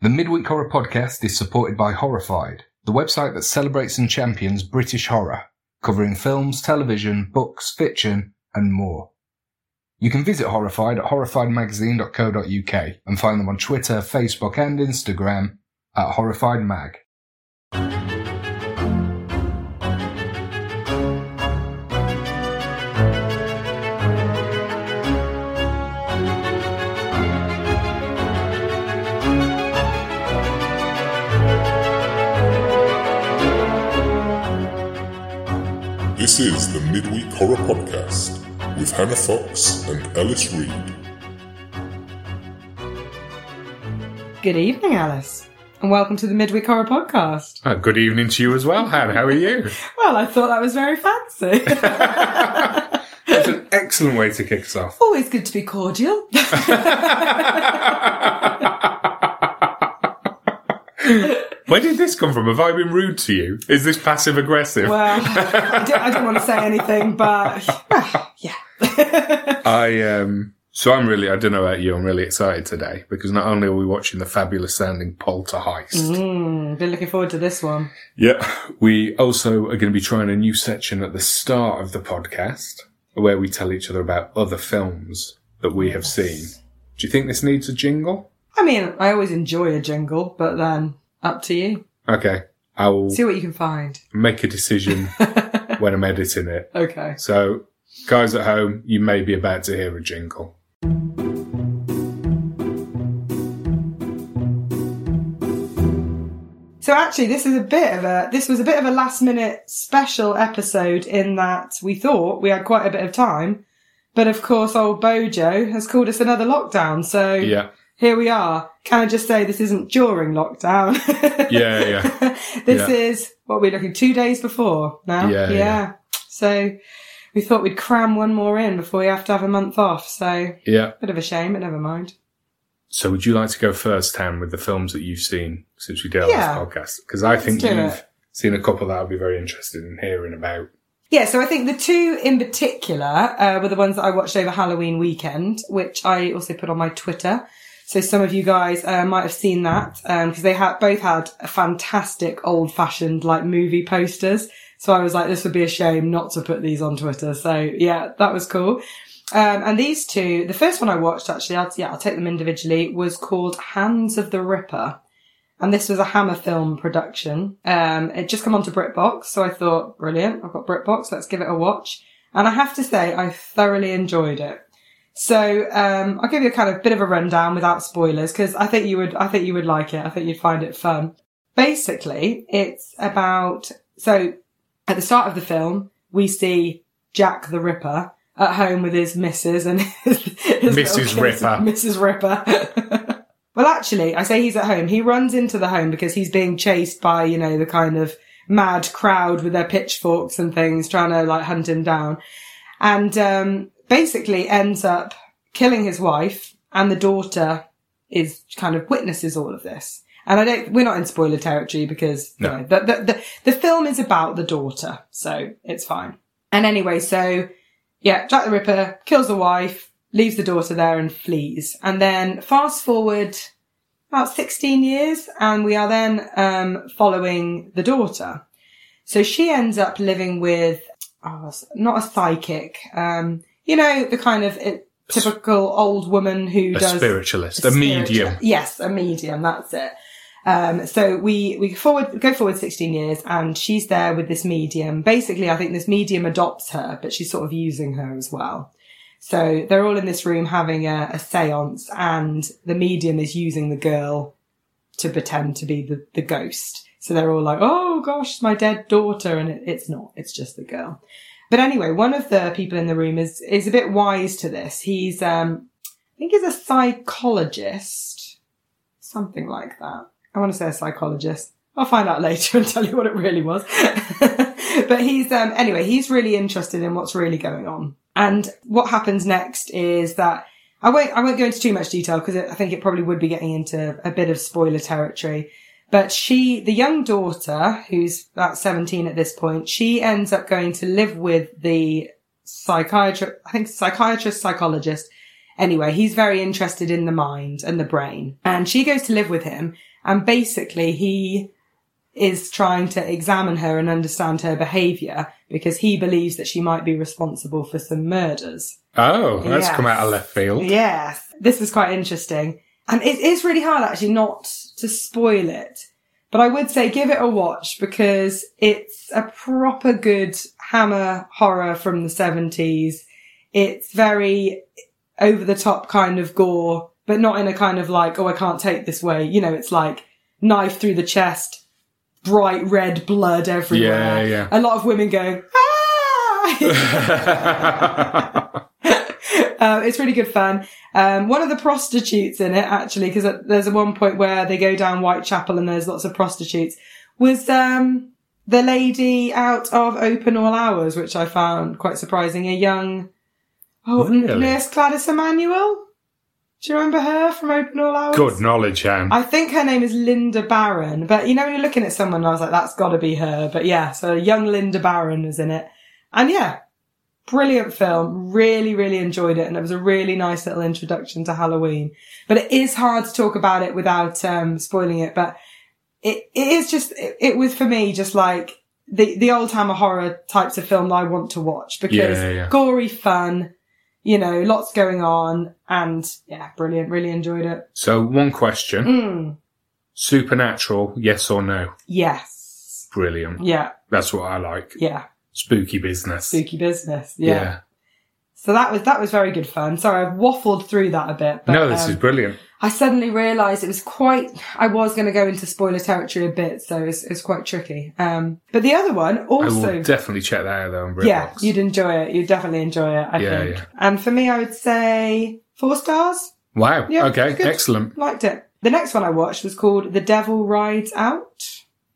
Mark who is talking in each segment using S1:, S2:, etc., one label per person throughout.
S1: The Midweek Horror Podcast is supported by Horrified, the website that celebrates and champions British horror, covering films, television, books, fiction, and more. You can visit Horrified at horrifiedmagazine.co.uk and find them on Twitter, Facebook, and Instagram at horrifiedmag.
S2: This is the Midweek Horror Podcast with Hannah Fox and Ellis Reed.
S3: Good evening, Alice, and welcome to the Midweek Horror Podcast.
S4: Uh, good evening to you as well, Han. How are you?
S3: Well, I thought that was very fancy.
S4: That's an excellent way to kick us off.
S3: Always good to be cordial.
S4: Where did this come from? Have I been rude to you? Is this passive aggressive?
S3: well, I don't, I don't want to say anything, but well, yeah.
S4: I um so I'm really I don't know about you, I'm really excited today because not only are we watching the fabulous sounding Poltergeist,
S3: mm, been looking forward to this one.
S4: yeah, we also are going to be trying a new section at the start of the podcast where we tell each other about other films that we have seen. Do you think this needs a jingle?
S3: I mean, I always enjoy a jingle, but then up to you.
S4: Okay. I will
S3: See what you can find.
S4: make a decision when I'm editing it.
S3: Okay.
S4: So, guys at home, you may be about to hear a jingle.
S3: So actually, this is a bit of a this was a bit of a last minute special episode in that we thought we had quite a bit of time, but of course, old Bojo has called us another lockdown. So
S4: Yeah.
S3: here we are. Can I just say this isn't during lockdown?
S4: Yeah, yeah. Yeah.
S3: this is what we're looking two days before now.
S4: Yeah, yeah.
S3: So we thought we'd cram one more in before we have to have a month off. So
S4: Yeah.
S3: bit of a shame, but never mind.
S4: So, would you like to go first, Tam, with the films that you've seen since we did our last
S3: Yeah.
S4: podcast? Because I think
S3: do
S4: you've
S3: it.
S4: seen a couple that I'd be very interested in hearing about.
S3: Yeah, so I think the two in particular uh, were the ones that I watched over Halloween weekend, which I also put on my Twitter. So some of you guys uh, might have seen that because they had both had fantastic old-fashioned like movie posters. So I was like, this would be a shame not to put these on Twitter. So yeah, that was cool. Um, and these two, the first one I watched actually, I'll, yeah, I'll take them individually, was called Hands of the Ripper and this was a Hammer film production. Um, it just come onto BritBox, so I thought, brilliant, I've got BritBox, let's give it a watch. And I have to say, I thoroughly enjoyed it. So um, I'll give you a kind of bit of a rundown without spoilers, because I think you would, I think you would like it. I think you'd find it fun. Basically, it's about so at the start of the film we see Jack the Ripper at home with his missus and his, his little
S4: Mrs.
S3: kids.
S4: Ripper.
S3: Mrs. Ripper. Well, actually, I say he's at home. He runs into the home because he's being chased by, you know, the kind of mad crowd with their pitchforks and things trying to like hunt him down. And um, basically ends up killing his wife and the daughter is kind of witnesses all of this. And I don't, we're not in spoiler territory because you
S4: No.
S3: know, the, the, the, the film is about the daughter, so it's fine. And anyway, so yeah, Jack the Ripper kills the wife, leaves the daughter there and flees. And then fast forward about 16 years and we are then um, following the daughter. So she ends up living with, oh, s- not a psychic, um, you know, the kind of it, typical old woman who
S4: A
S3: does
S4: spiritualist, a
S3: spiritual-
S4: medium.
S3: Yes, a medium. That's it. Um, so we we forward go forward 16 years, and she's there with this medium. Basically, I think this medium adopts her, but she's sort of using her as well. So they're all in this room having a, a séance, and the medium is using the girl to pretend to be the, the ghost. So they're all like, "Oh gosh, it's my dead daughter," and it, it's not. It's just the girl. But anyway, one of the people in the room is is a bit wise to this. He's um, I think he's a psychologist, something like that. I want to say a psychologist. I'll find out later and tell you what it really was. but he's, um, anyway, he's really interested in what's really going on. And what happens next is that I won't, I won't go into too much detail because I think it probably would be getting into a bit of spoiler territory. But she, the young daughter, who's about 17 at this point, she ends up going to live with the psychiatrist, I think psychiatrist, psychologist, Anyway, he's very interested in the mind and the brain. And she goes to live with him. And basically he is trying to examine her and understand her behavior because he believes that she might be responsible for some murders.
S4: Oh, that's
S3: Yes.
S4: come out of left field.
S3: Yes. This was quite interesting. And it is really hard actually not to spoil it. But I would say give it a watch because it's a proper good hammer horror from the 70s. It's very over the top kind of gore, but not in a kind of like, oh, I can't take this way. You know, it's like knife through the chest, bright red blood everywhere.
S4: Yeah, yeah.
S3: A lot of women going, ah! uh, it's really good fun. Um, one of the prostitutes in it, actually, because there's a one point where they go down Whitechapel and there's lots of prostitutes, was um, the lady out of Open All Hours, which I found quite surprising. A young, oh, n-
S4: Really?
S3: Nurse Gladys Emanuel. Do you remember her from Open All Hours?
S4: Good knowledge, Anne.
S3: I think her name is Linda Barron, but you know, when you're looking at someone, I was like, that's gotta be her. But yeah, so young Linda Barron was in it. And yeah, brilliant film. Really, really enjoyed it. And it was a really nice little introduction to Halloween. But it is hard to talk about it without, um, spoiling it. But it, it is just, it, it was for me just like the, the old hammer horror types of film that I want to watch because
S4: Yeah, yeah.
S3: gory fun, you know, lots going on and yeah, brilliant. Really enjoyed it.
S4: so, one question
S3: Mm.
S4: Supernatural, yes or no?
S3: Yes.
S4: Brilliant.
S3: Yeah,
S4: That's what I like.
S3: yeah.
S4: Spooky business.
S3: Spooky business. Yeah. So that was that was very good fun. Sorry, I've waffled through that a bit. But,
S4: no, this
S3: um,
S4: is brilliant.
S3: I suddenly realised it was quite. I was going to go into spoiler territory a bit, so it's it's quite tricky. Um, but the other one
S4: I will
S3: also.
S4: definitely check that out though on Britbox.
S3: Yeah, you'd enjoy it. You'd definitely enjoy it. I
S4: Yeah,
S3: think.
S4: yeah.
S3: And for me, I would say four stars.
S4: Wow.
S3: Yeah,
S4: okay.
S3: it's good.
S4: Excellent.
S3: Liked it. The next one I watched was called "The Devil Rides Out."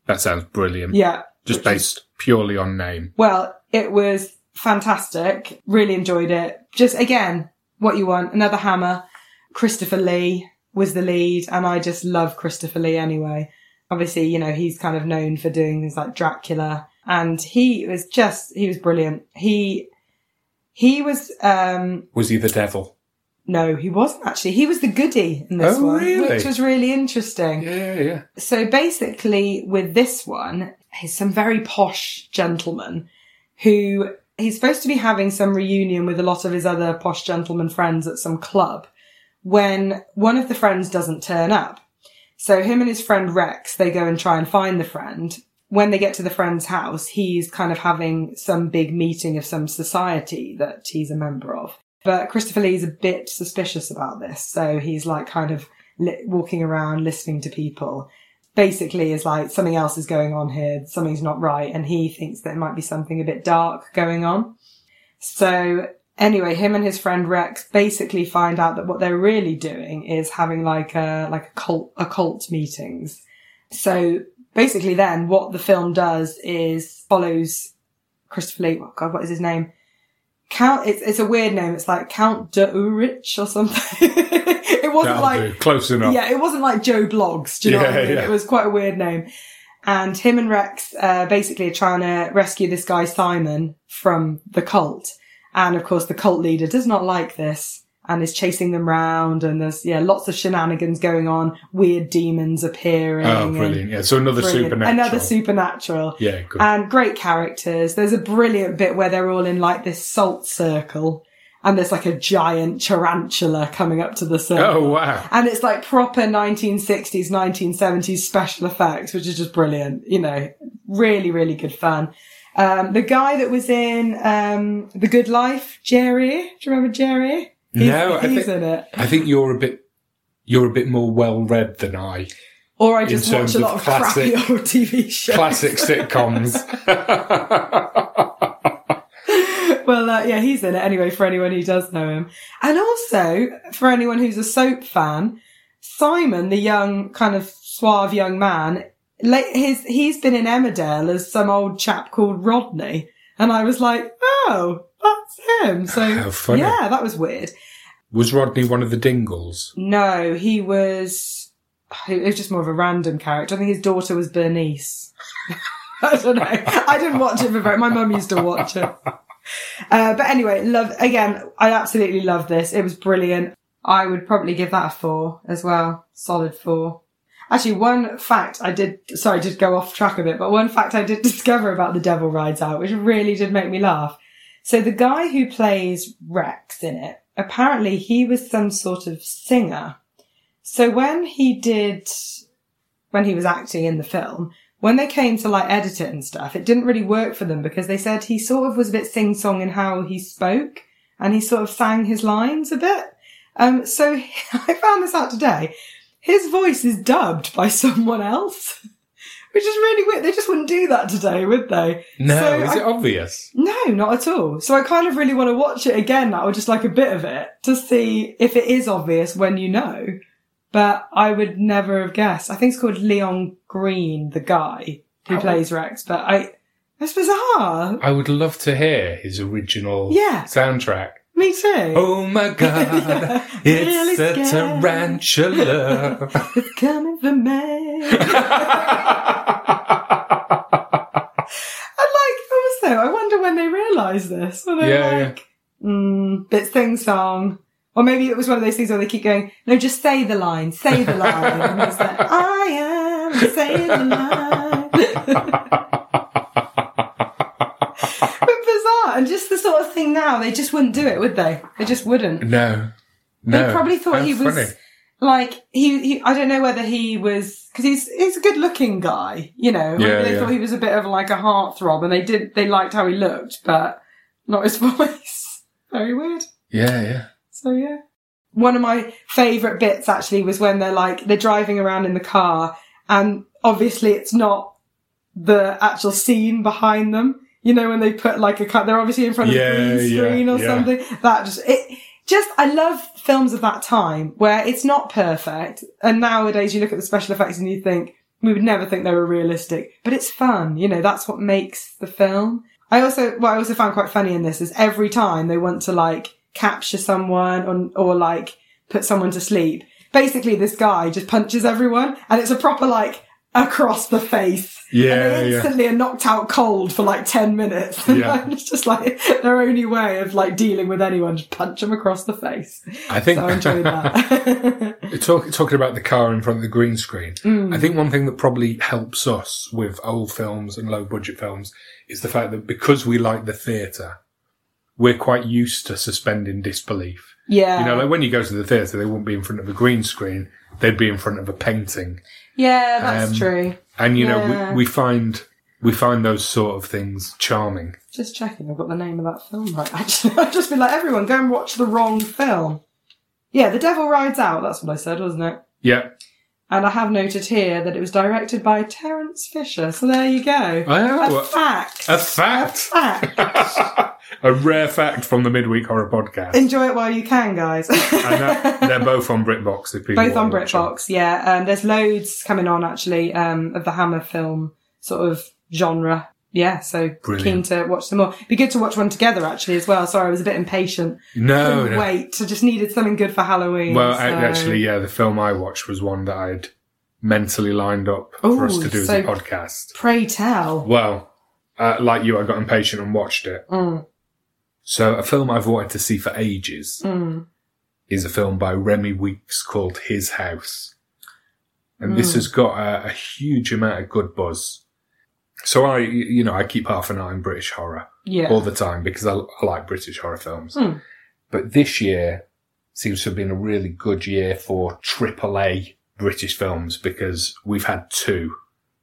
S4: That sounds brilliant.
S3: Yeah,
S4: Um, Just
S3: which is-
S4: based purely on name.
S3: Well, it was fantastic. Really enjoyed it. Just again, what you want. Another hammer. Christopher Lee was the lead, and I just love Christopher Lee anyway. Obviously, you know, he's kind of known for doing things like Dracula, and he was just, he was brilliant. He, he was, um,
S4: Was he the devil?
S3: no, he wasn't actually. He was the goody in this
S4: Oh,
S3: one,
S4: really?
S3: which was really interesting.
S4: Yeah, yeah, yeah.
S3: So basically, with this one, he's some very posh gentleman who he's supposed to be having some reunion with a lot of his other posh gentleman friends at some club when one of the friends doesn't turn up. So him and his friend Rex, they go and try and find the friend. When they get to the friend's house, he's kind of having some big meeting of some society that he's a member of. But Christopher Lee's a bit suspicious about this. So he's like kind of li- walking around listening to people. Basically, is like something else is going on here, something's not right, and he thinks there might be something a bit dark going on. So, anyway, him and his friend Rex basically find out that what they're really doing is having like a like a cult occult meetings. So basically, then what the film does is follows Christopher Lee. Oh God, what is his name? Count. It's it's a weird name. It's like Count de Urich or something. it wasn't
S4: That'll
S3: like
S4: do. Close enough.
S3: yeah, it wasn't like Joe Blogs. Do you know what I
S4: Yeah,
S3: mean?
S4: yeah.
S3: It was quite a weird name. And him and Rex uh, basically are trying to rescue this guy Simon from the cult. And of course, the cult leader does not like this and is chasing them round. And there's yeah, lots of shenanigans going on. Weird demons appearing.
S4: Oh,
S3: and-
S4: brilliant. Yeah. So another
S3: Brilliant.
S4: supernatural.
S3: Another supernatural.
S4: Yeah, good.
S3: And great characters. There's a brilliant bit where they're all in like this salt circle, and there's like a giant tarantula coming up to the circle.
S4: oh, wow.
S3: And it's like proper 1960s, 1970s special effects, which is just brilliant. You know, really, really good fun. Um, the guy that was in um, The Good Life, Jerry. Do you remember Jerry? He's,
S4: No, I
S3: he's
S4: think-
S3: in it.
S4: I think you're a bit you're a bit more well read than I.
S3: Or I just watch
S4: terms
S3: a
S4: of
S3: lot of
S4: classic-
S3: crappy old TV shows.
S4: Classic sitcoms.
S3: well, uh, yeah, he's in it anyway. For anyone who does know him, and also for anyone who's a soap fan, Simon, the young kind of suave young man, like his he's been in Emmerdale as some old chap called Rodney, and I was like, oh, that's him. So
S4: How funny.
S3: yeah, that was weird.
S4: Was Rodney one of the Dingles?
S3: No, he was. It was just more of a random character. I think his daughter was Bernice. I don't know. I didn't watch it for very. My mum used to watch it. Uh, but anyway, love again. I absolutely love this. It was brilliant. I would probably give that a four as well. Solid four. Actually, one fact I did, sorry, I did go off track a bit, but one fact I did discover about The Devil Rides Out, which really did make me laugh. So the guy who plays Rex in it, apparently he was some sort of singer. So when he did, when he was acting in the film, when they came to like edit it and stuff, it didn't really work for them because they said he sort of was a bit sing song in how he spoke and he sort of sang his lines a bit. Um, so I found this out today. His voice is dubbed by someone else, which is really weird. They just wouldn't do that today, would they?
S4: No,
S3: So
S4: is
S3: I-
S4: it obvious?
S3: No, not at all. So I kind of really want to watch it again now, or just like a bit of it, to see if it is obvious when you know. But I would never have guessed. I think it's called Leon Green, the guy who
S4: Oh.
S3: plays Rex. But I, ah, that's bizarre.
S4: I would love to hear his original
S3: Yeah.
S4: soundtrack.
S3: Me too.
S4: Oh my god,
S3: Yeah.
S4: it's
S3: Really
S4: a
S3: scary.
S4: tarantula.
S3: It's coming for me. And like, also, I wonder when they realised this. Were they
S4: Yeah, yeah.
S3: like, mm, bit sing song? Or maybe it was one of those things where they keep going, no, just say the line, say the line. and it's like, I am, say the line. but bizarre. And just the sort of thing now, they just wouldn't do it, would they? They just wouldn't.
S4: no, no.
S3: They probably thought
S4: How
S3: he was
S4: funny.
S3: like he, he I don't know whether he was because he's he's a good looking guy, you know.
S4: Yeah,
S3: they
S4: yeah.
S3: thought he was a bit of like a heartthrob, and they did they liked how he looked, but not his voice. Very weird.
S4: Yeah, yeah.
S3: So yeah. One of my favourite bits actually was when they're like they're driving around in the car and obviously it's not the actual scene behind them. You know, when they put like a car they're obviously in front of
S4: Yeah,
S3: a green
S4: yeah,
S3: screen or
S4: yeah.
S3: something. That just it just I love films of that time where it's not perfect and nowadays you look at the special effects and you think we would never think they were realistic. But it's fun, you know, that's what makes the film. I also what I also found quite funny in this is every time they want to like capture someone or, or like put someone to sleep. Basically, this guy just punches everyone, and it's a proper like across the face. and
S4: Yeah,
S3: they
S4: yeah.
S3: instantly are knocked out cold for like ten minutes.
S4: Yeah.
S3: And it's just like their only way of like dealing with anyone, just punch them across the face.
S4: I think
S3: So I enjoyed that.
S4: Talk, talking about the car in front of the green screen,
S3: Mm.
S4: I think one thing that probably helps us with old films and low budget films is the fact that because we like the theatre, we're quite used to suspending disbelief.
S3: yeah,
S4: You know, like when you go to the theatre, they wouldn't be in front of a green screen, they'd be in front of a painting.
S3: yeah, that's
S4: um,
S3: true.
S4: And, you know,
S3: Yeah.
S4: we, we find. We find those sort of things charming.
S3: Just checking, I've got the name of that film right. Actually, I've just been like, everyone, go and watch the wrong film. Yeah, The Devil Rides Out. That's what I said, wasn't it?
S4: Yeah.
S3: And I have noted here that it was directed by Terence Fisher. So there you go.
S4: Oh,
S3: a fact.
S4: a fact.
S3: fact.
S4: a rare fact from the midweek horror podcast.
S3: Enjoy it while you can, guys.
S4: and that, they're both on BritBox. If people
S3: Both on
S4: wanna watch them.
S3: BritBox, yeah. Um, there's loads coming on actually um, of the Hammer film sort of genre. Yeah, so keen
S4: Brilliant.
S3: to watch some more. Be good to watch one together actually as well. Sorry, I was a bit impatient.
S4: No,
S3: Couldn't
S4: Oh, no.
S3: wait. I just needed something good for Halloween.
S4: Well,
S3: so-
S4: a- actually, yeah, the film I watched was one that I'd mentally lined up for us
S3: Ooh,
S4: to do
S3: so-
S4: as a podcast.
S3: Pray tell.
S4: Well, uh, like you, I got impatient and watched it.
S3: Mm,
S4: So, a film I've wanted to see for ages
S3: mm.
S4: is a film by Remy Weeks called His House. And this
S3: Mm.
S4: has got a, a huge amount of good buzz. So, I, y- you know, I keep half an eye on British horror
S3: Yeah.
S4: all the time because I, I like British horror films.
S3: Hmm.
S4: But this year seems to have been a really good year for AAA British films because we've had two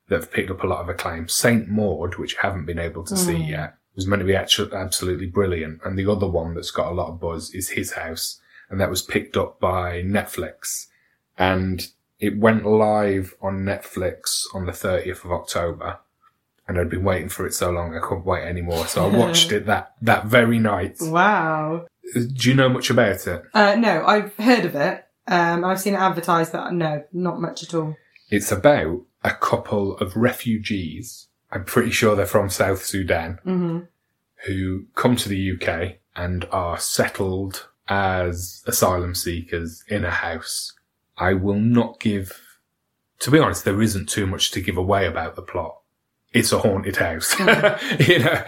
S4: that have picked up a lot of acclaim. Saint Maud, which I haven't been able to see
S3: Hmm.
S4: yet, was meant to be actu- absolutely brilliant. And the other one that's got a lot of buzz is His House, and that was picked up by Netflix. And it went live on Netflix on the 30th of October and I'd been waiting for it so long I couldn't wait anymore. So I watched it that that very night.
S3: Wow.
S4: Do you know much about it?
S3: Uh, no, I've heard of it. Um, I've seen it advertised that no, not much at all.
S4: It's about a couple of refugees. I'm pretty sure they're from South Sudan
S3: hmm
S4: who come to the UK and are settled as asylum seekers in a house. I will not give. To be honest, there isn't too much to give away about the plot. It's a haunted house. you know,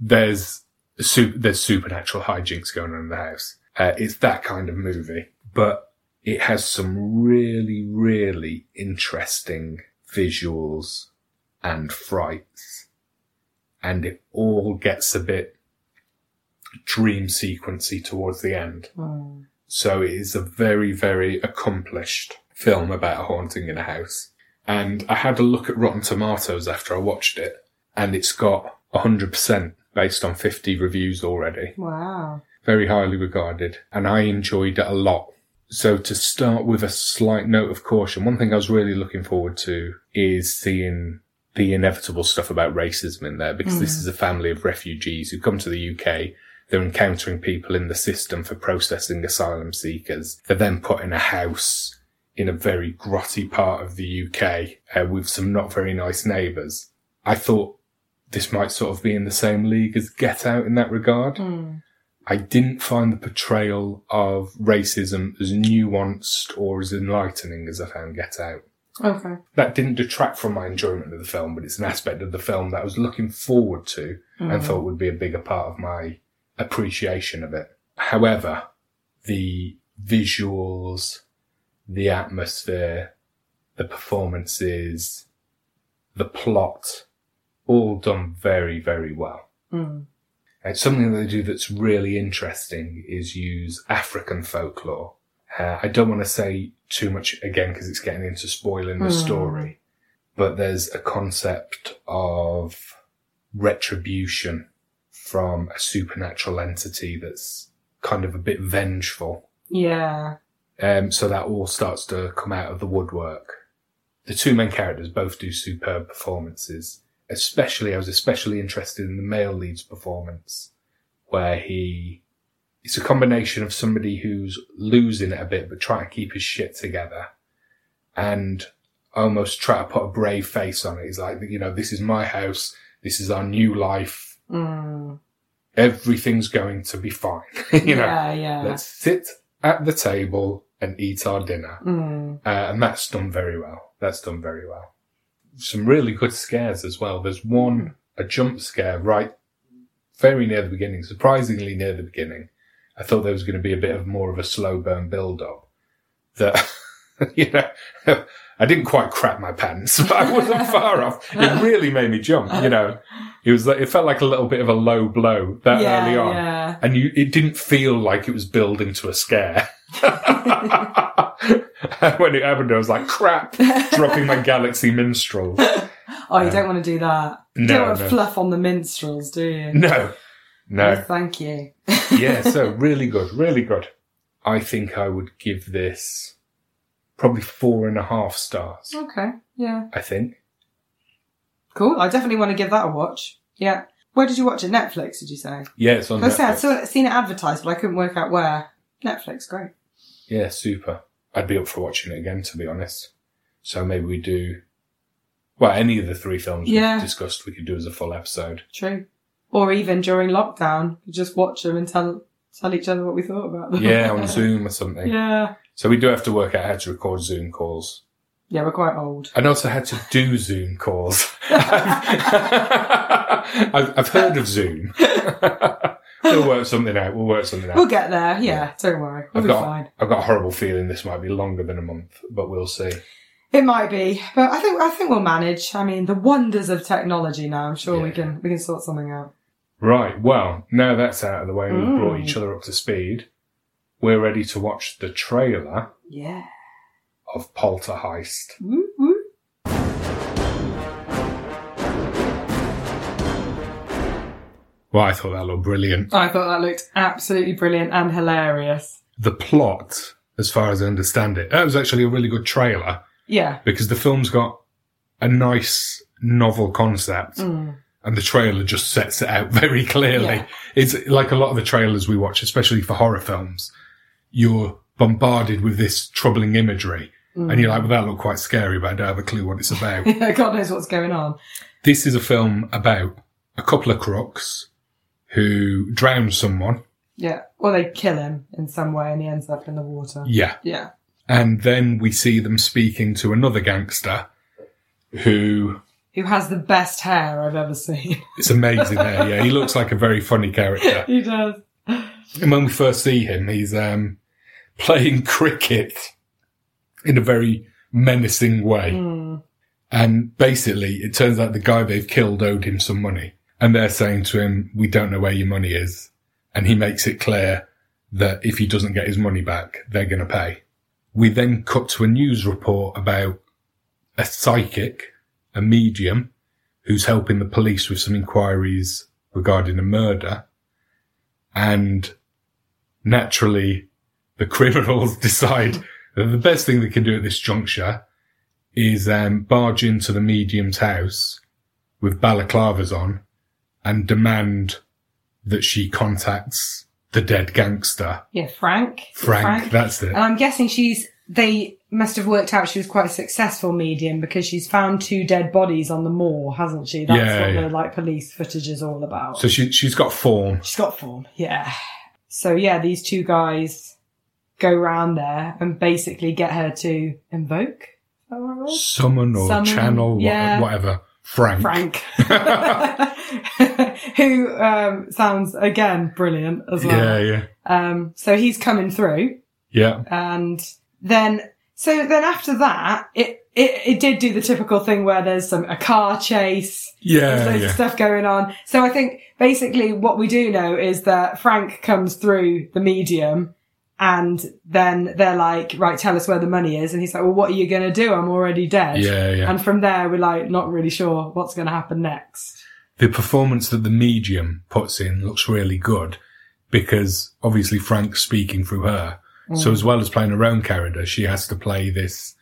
S4: there's su- there's supernatural hijinks going on in the house. Uh, it's that kind of movie, but It has some really, really interesting visuals and frights. And it all gets a bit dream sequency towards the end.
S3: Mm.
S4: So it is a very, very accomplished film about a haunting in a house. And I had a look at Rotten Tomatoes after I watched it, and it's got 100% based on 50 reviews already.
S3: Wow.
S4: Very highly regarded, and I enjoyed it a lot. So to start with a slight note of caution, one thing I was really looking forward to is seeing the inevitable stuff about racism in there, because this is a family of refugees who come to the UK they're encountering people in the system for processing asylum seekers. They're then put in a house in a very grotty part of the UK uh, with some not very nice neighbours. I thought this might sort of be in the same league as Get Out in that regard.
S3: Mm.
S4: I didn't find the portrayal of racism as nuanced or as enlightening as I found Get Out.
S3: Okay.
S4: That didn't detract from my enjoyment of the film, but it's an aspect of the film that I was looking forward to and thought would be a bigger part of my appreciation of it. However, the visuals, the atmosphere, the performances, the plot, all done very, very well.
S3: Mm.
S4: And something that they do that's really interesting is use African folklore. Uh, I don't want to say too much again because it's getting into spoiling the
S3: Mm.
S4: story, but there's a concept of retribution from a supernatural entity that's kind of a bit vengeful.
S3: Yeah.
S4: Um, so that all starts to come out of the woodwork. The two main characters both do superb performances. Especially, I was especially interested in the male lead's performance, where he, it's a combination of somebody who's losing it a bit, but trying to keep his shit together and almost try to put a brave face on it. He's like, you know, this is my house. This is our new life.
S3: Mm.
S4: Everything's going to be fine. you know,
S3: yeah. Yeah.
S4: let's sit at the table and eat our dinner.
S3: Mm.
S4: Uh, and that's done very well. That's done very well. Some really good scares as well. There's one, a jump scare right very near the beginning, surprisingly near the beginning. I thought there was going to be a bit of more of a slow burn build up that, you know, I didn't quite crap my pants, but I wasn't far off. It really made me jump, you know. It was like, it felt like a little bit of a low blow that
S3: yeah,
S4: early on
S3: Yeah.
S4: and you it didn't feel like it was building to a scare. And when it happened, I was like, crap, dropping my Galaxy Minstrel.
S3: Oh, you don't want to do that. You don't
S4: No,
S3: want to
S4: no,
S3: fluff on the minstrels, do you?
S4: no, no.
S3: thank you.
S4: Yeah, so really good, really good. I think I would give this probably four and a half stars.
S3: Okay. Yeah.
S4: I think
S3: Cool. I definitely want to give that a watch. Yeah. Where did you watch it? Netflix, did you say?
S4: yeah, it's on
S3: I say I
S4: Netflix.
S3: saw it, seen it advertised, but I couldn't work out where. Netflix, great.
S4: Yeah, super. I'd be up for watching it again, to be honest. So maybe we do. Well, any of the three films
S3: Yeah.
S4: we've discussed, we could do as a full episode.
S3: True. Or even during lockdown, you just watch them and tell tell each other what we thought about them.
S4: Yeah, on Zoom or something.
S3: yeah.
S4: So we do have to work out how to record Zoom calls.
S3: Yeah, we're quite old.
S4: And also how to do Zoom calls. I've, I've heard of Zoom. we'll work something out. We'll work something out.
S3: We'll get there. Yeah, don't worry. We'll
S4: I've
S3: be
S4: got-
S3: fine.
S4: I've got a horrible feeling this might be longer than a month, but we'll see.
S3: It might be, but I think I think we'll manage. I mean, the wonders of technology now. I'm sure we
S4: Yeah.
S3: can we can sort something out.
S4: Right. Well, now that's out of the way and we've brought
S3: Mm.
S4: each other up to speed, we're ready to watch the trailer
S3: Yeah.
S4: of Polterheist.
S3: Woo, woo.
S4: Well, I thought that looked brilliant.
S3: I thought that looked absolutely brilliant and hilarious.
S4: the plot, as far as I understand it, that was actually a really good trailer
S3: Yeah.
S4: because the film's got a nice novel concept
S3: Mm.
S4: and the trailer just sets it out very clearly.
S3: Yeah.
S4: It's like a lot of the trailers we watch, especially for horror films, you're bombarded with this troubling imagery
S3: Mm.
S4: and you're like, well, that looked quite scary, but I don't have a clue what it's about.
S3: God knows what's going on.
S4: this is a film about a couple of crooks who drown someone.
S3: Yeah. Or they kill him in some way and he ends up in the water.
S4: Yeah.
S3: Yeah.
S4: And then we see them speaking to another gangster who
S3: Who has the best hair I've ever seen.
S4: it's amazing there. Yeah, he looks like a very funny character.
S3: he does.
S4: And when we first see him, he's um, playing cricket in a very menacing way.
S3: Mm.
S4: And basically, it turns out the guy they've killed owed him some money. And they're saying to him, we don't know where your money is. And he makes it clear that if he doesn't get his money back, they're going to pay. We then cut to a news report about a psychic, a medium, who's helping the police with some inquiries regarding a murder. And naturally, the criminals decide that the best thing they can do at this juncture is um, barge into the medium's house with balaclavas on and demand that she contacts the dead gangster,
S3: Yeah, Frank.
S4: Frank. That's it.
S3: And I'm guessing she's. They must have worked out she was quite a successful medium because she's found two dead bodies on the moor, hasn't she? That's
S4: Yeah,
S3: what
S4: yeah.
S3: the like police footage is all about.
S4: so she, she's got form.
S3: she's got form, yeah. So yeah, these two guys go round there and basically get her to invoke. Is that what it was?
S4: Summon or
S3: Summon,
S4: channel, wha-
S3: yeah.
S4: whatever. Frank.
S3: Frank, who um, sounds again brilliant as
S4: Yeah,
S3: well.
S4: yeah.
S3: Um, so he's coming through.
S4: Yeah.
S3: and then so then after that it it, it did do the typical thing where there's some a car chase there's
S4: Yeah,
S3: loads of
S4: yeah.
S3: stuff going on so i think basically what we do know is that frank comes through the medium and then they're like right tell us where the money is and he's like well what are you going to do i'm already dead
S4: Yeah, yeah.
S3: and from there we're like not really sure what's going to happen next
S4: the performance that the medium puts in looks really good because obviously Frank's speaking through her.
S3: Mm.
S4: So as well as playing her own character, she has to play this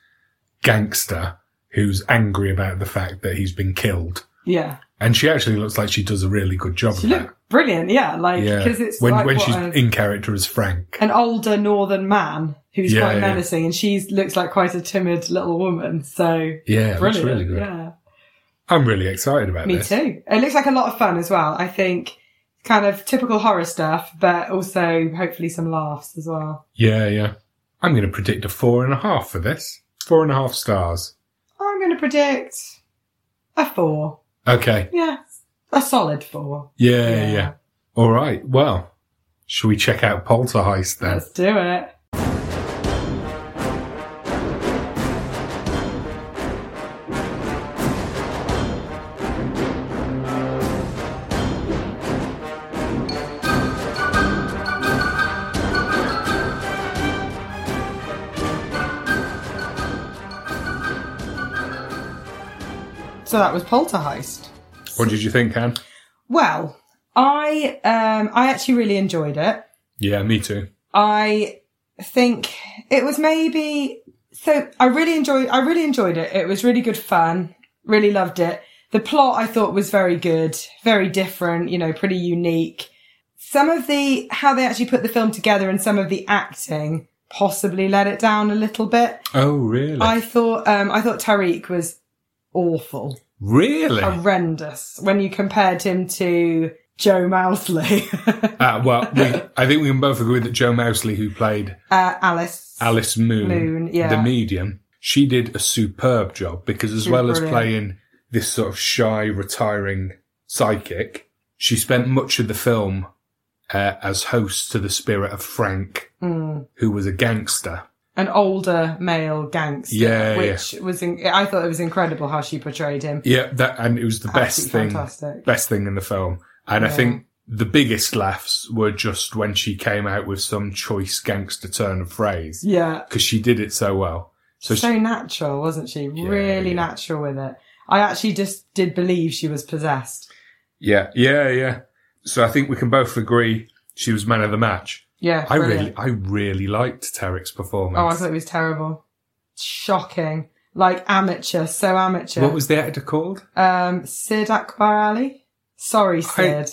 S4: gangster who's angry about the fact that he's been killed.
S3: yeah
S4: And she actually looks like she does a really good job
S3: she
S4: of that.
S3: looked brilliant yeah like
S4: yeah.
S3: because it's
S4: when
S3: like
S4: when
S3: what
S4: she's
S3: a-
S4: in character as Frank.
S3: an older northern man who's
S4: Yeah,
S3: quite
S4: yeah.
S3: menacing, and she looks like quite a timid little woman. So
S4: Yeah, it looks
S3: brilliant,
S4: really good.
S3: yeah.
S4: I'm really excited about
S3: Me
S4: this.
S3: too. It looks like a lot of fun as well. I think kind of typical horror stuff, but also hopefully some laughs as well.
S4: Yeah, yeah. I'm going to predict a four and a half for this. Four and a half stars.
S3: I'm going to predict a four.
S4: Okay.
S3: Yeah, a solid four.
S4: Yeah, yeah. yeah. All right. Well, shall we check out Poltergeist then?
S3: Let's do it. So that was Polterheist.
S4: What did you think, Anne?
S3: Well, I um, I actually really enjoyed it.
S4: Yeah, me too.
S3: I think it was maybe so I really enjoyed I really enjoyed it. It was really good fun. Really loved it. The plot I thought was very good, very different, you know, pretty unique. Some of the how they actually put the film together and some of the acting possibly let it down a little bit.
S4: Oh, really?
S3: I thought um I thought Tariq was awful
S4: really?
S3: horrendous when you compared him to Joe Mousley, uh,
S4: Ah, well, we, I think we can both agree that Joe Mousley, who played
S3: uh, Alice.
S4: Alice Moon,
S3: Moon, yeah.
S4: the medium, she did a superb job because as
S3: She was
S4: well as
S3: brilliant.
S4: playing this sort of shy, retiring psychic, she spent much of the film uh, as host to the spirit of Frank,
S3: Mm.
S4: who was a gangster.
S3: An older male gangster,
S4: Yeah,
S3: which was in, I thought it was incredible how she portrayed him.
S4: Yeah, that, and it was the best
S3: Absolutely
S4: thing.
S3: fantastic.
S4: best thing in the film. And I
S3: Yeah.
S4: think the biggest laughs were just when she came out with some choice gangster turn of phrase
S3: Yeah,
S4: because she did it so well. So,
S3: so,
S4: she,
S3: natural, wasn't she?
S4: Yeah,
S3: really
S4: yeah.
S3: natural with it. I actually just did believe she was possessed.
S4: yeah, yeah, yeah. So I think we can both agree she was man of the match.
S3: Yeah,
S4: I really,
S3: brilliant.
S4: I really liked Tarek's performance.
S3: Oh, I thought it was terrible, shocking, like amateur, so amateur.
S4: What was the actor called?
S3: Um, Sid Akbar Ali. Sorry,
S4: I-
S3: Sid.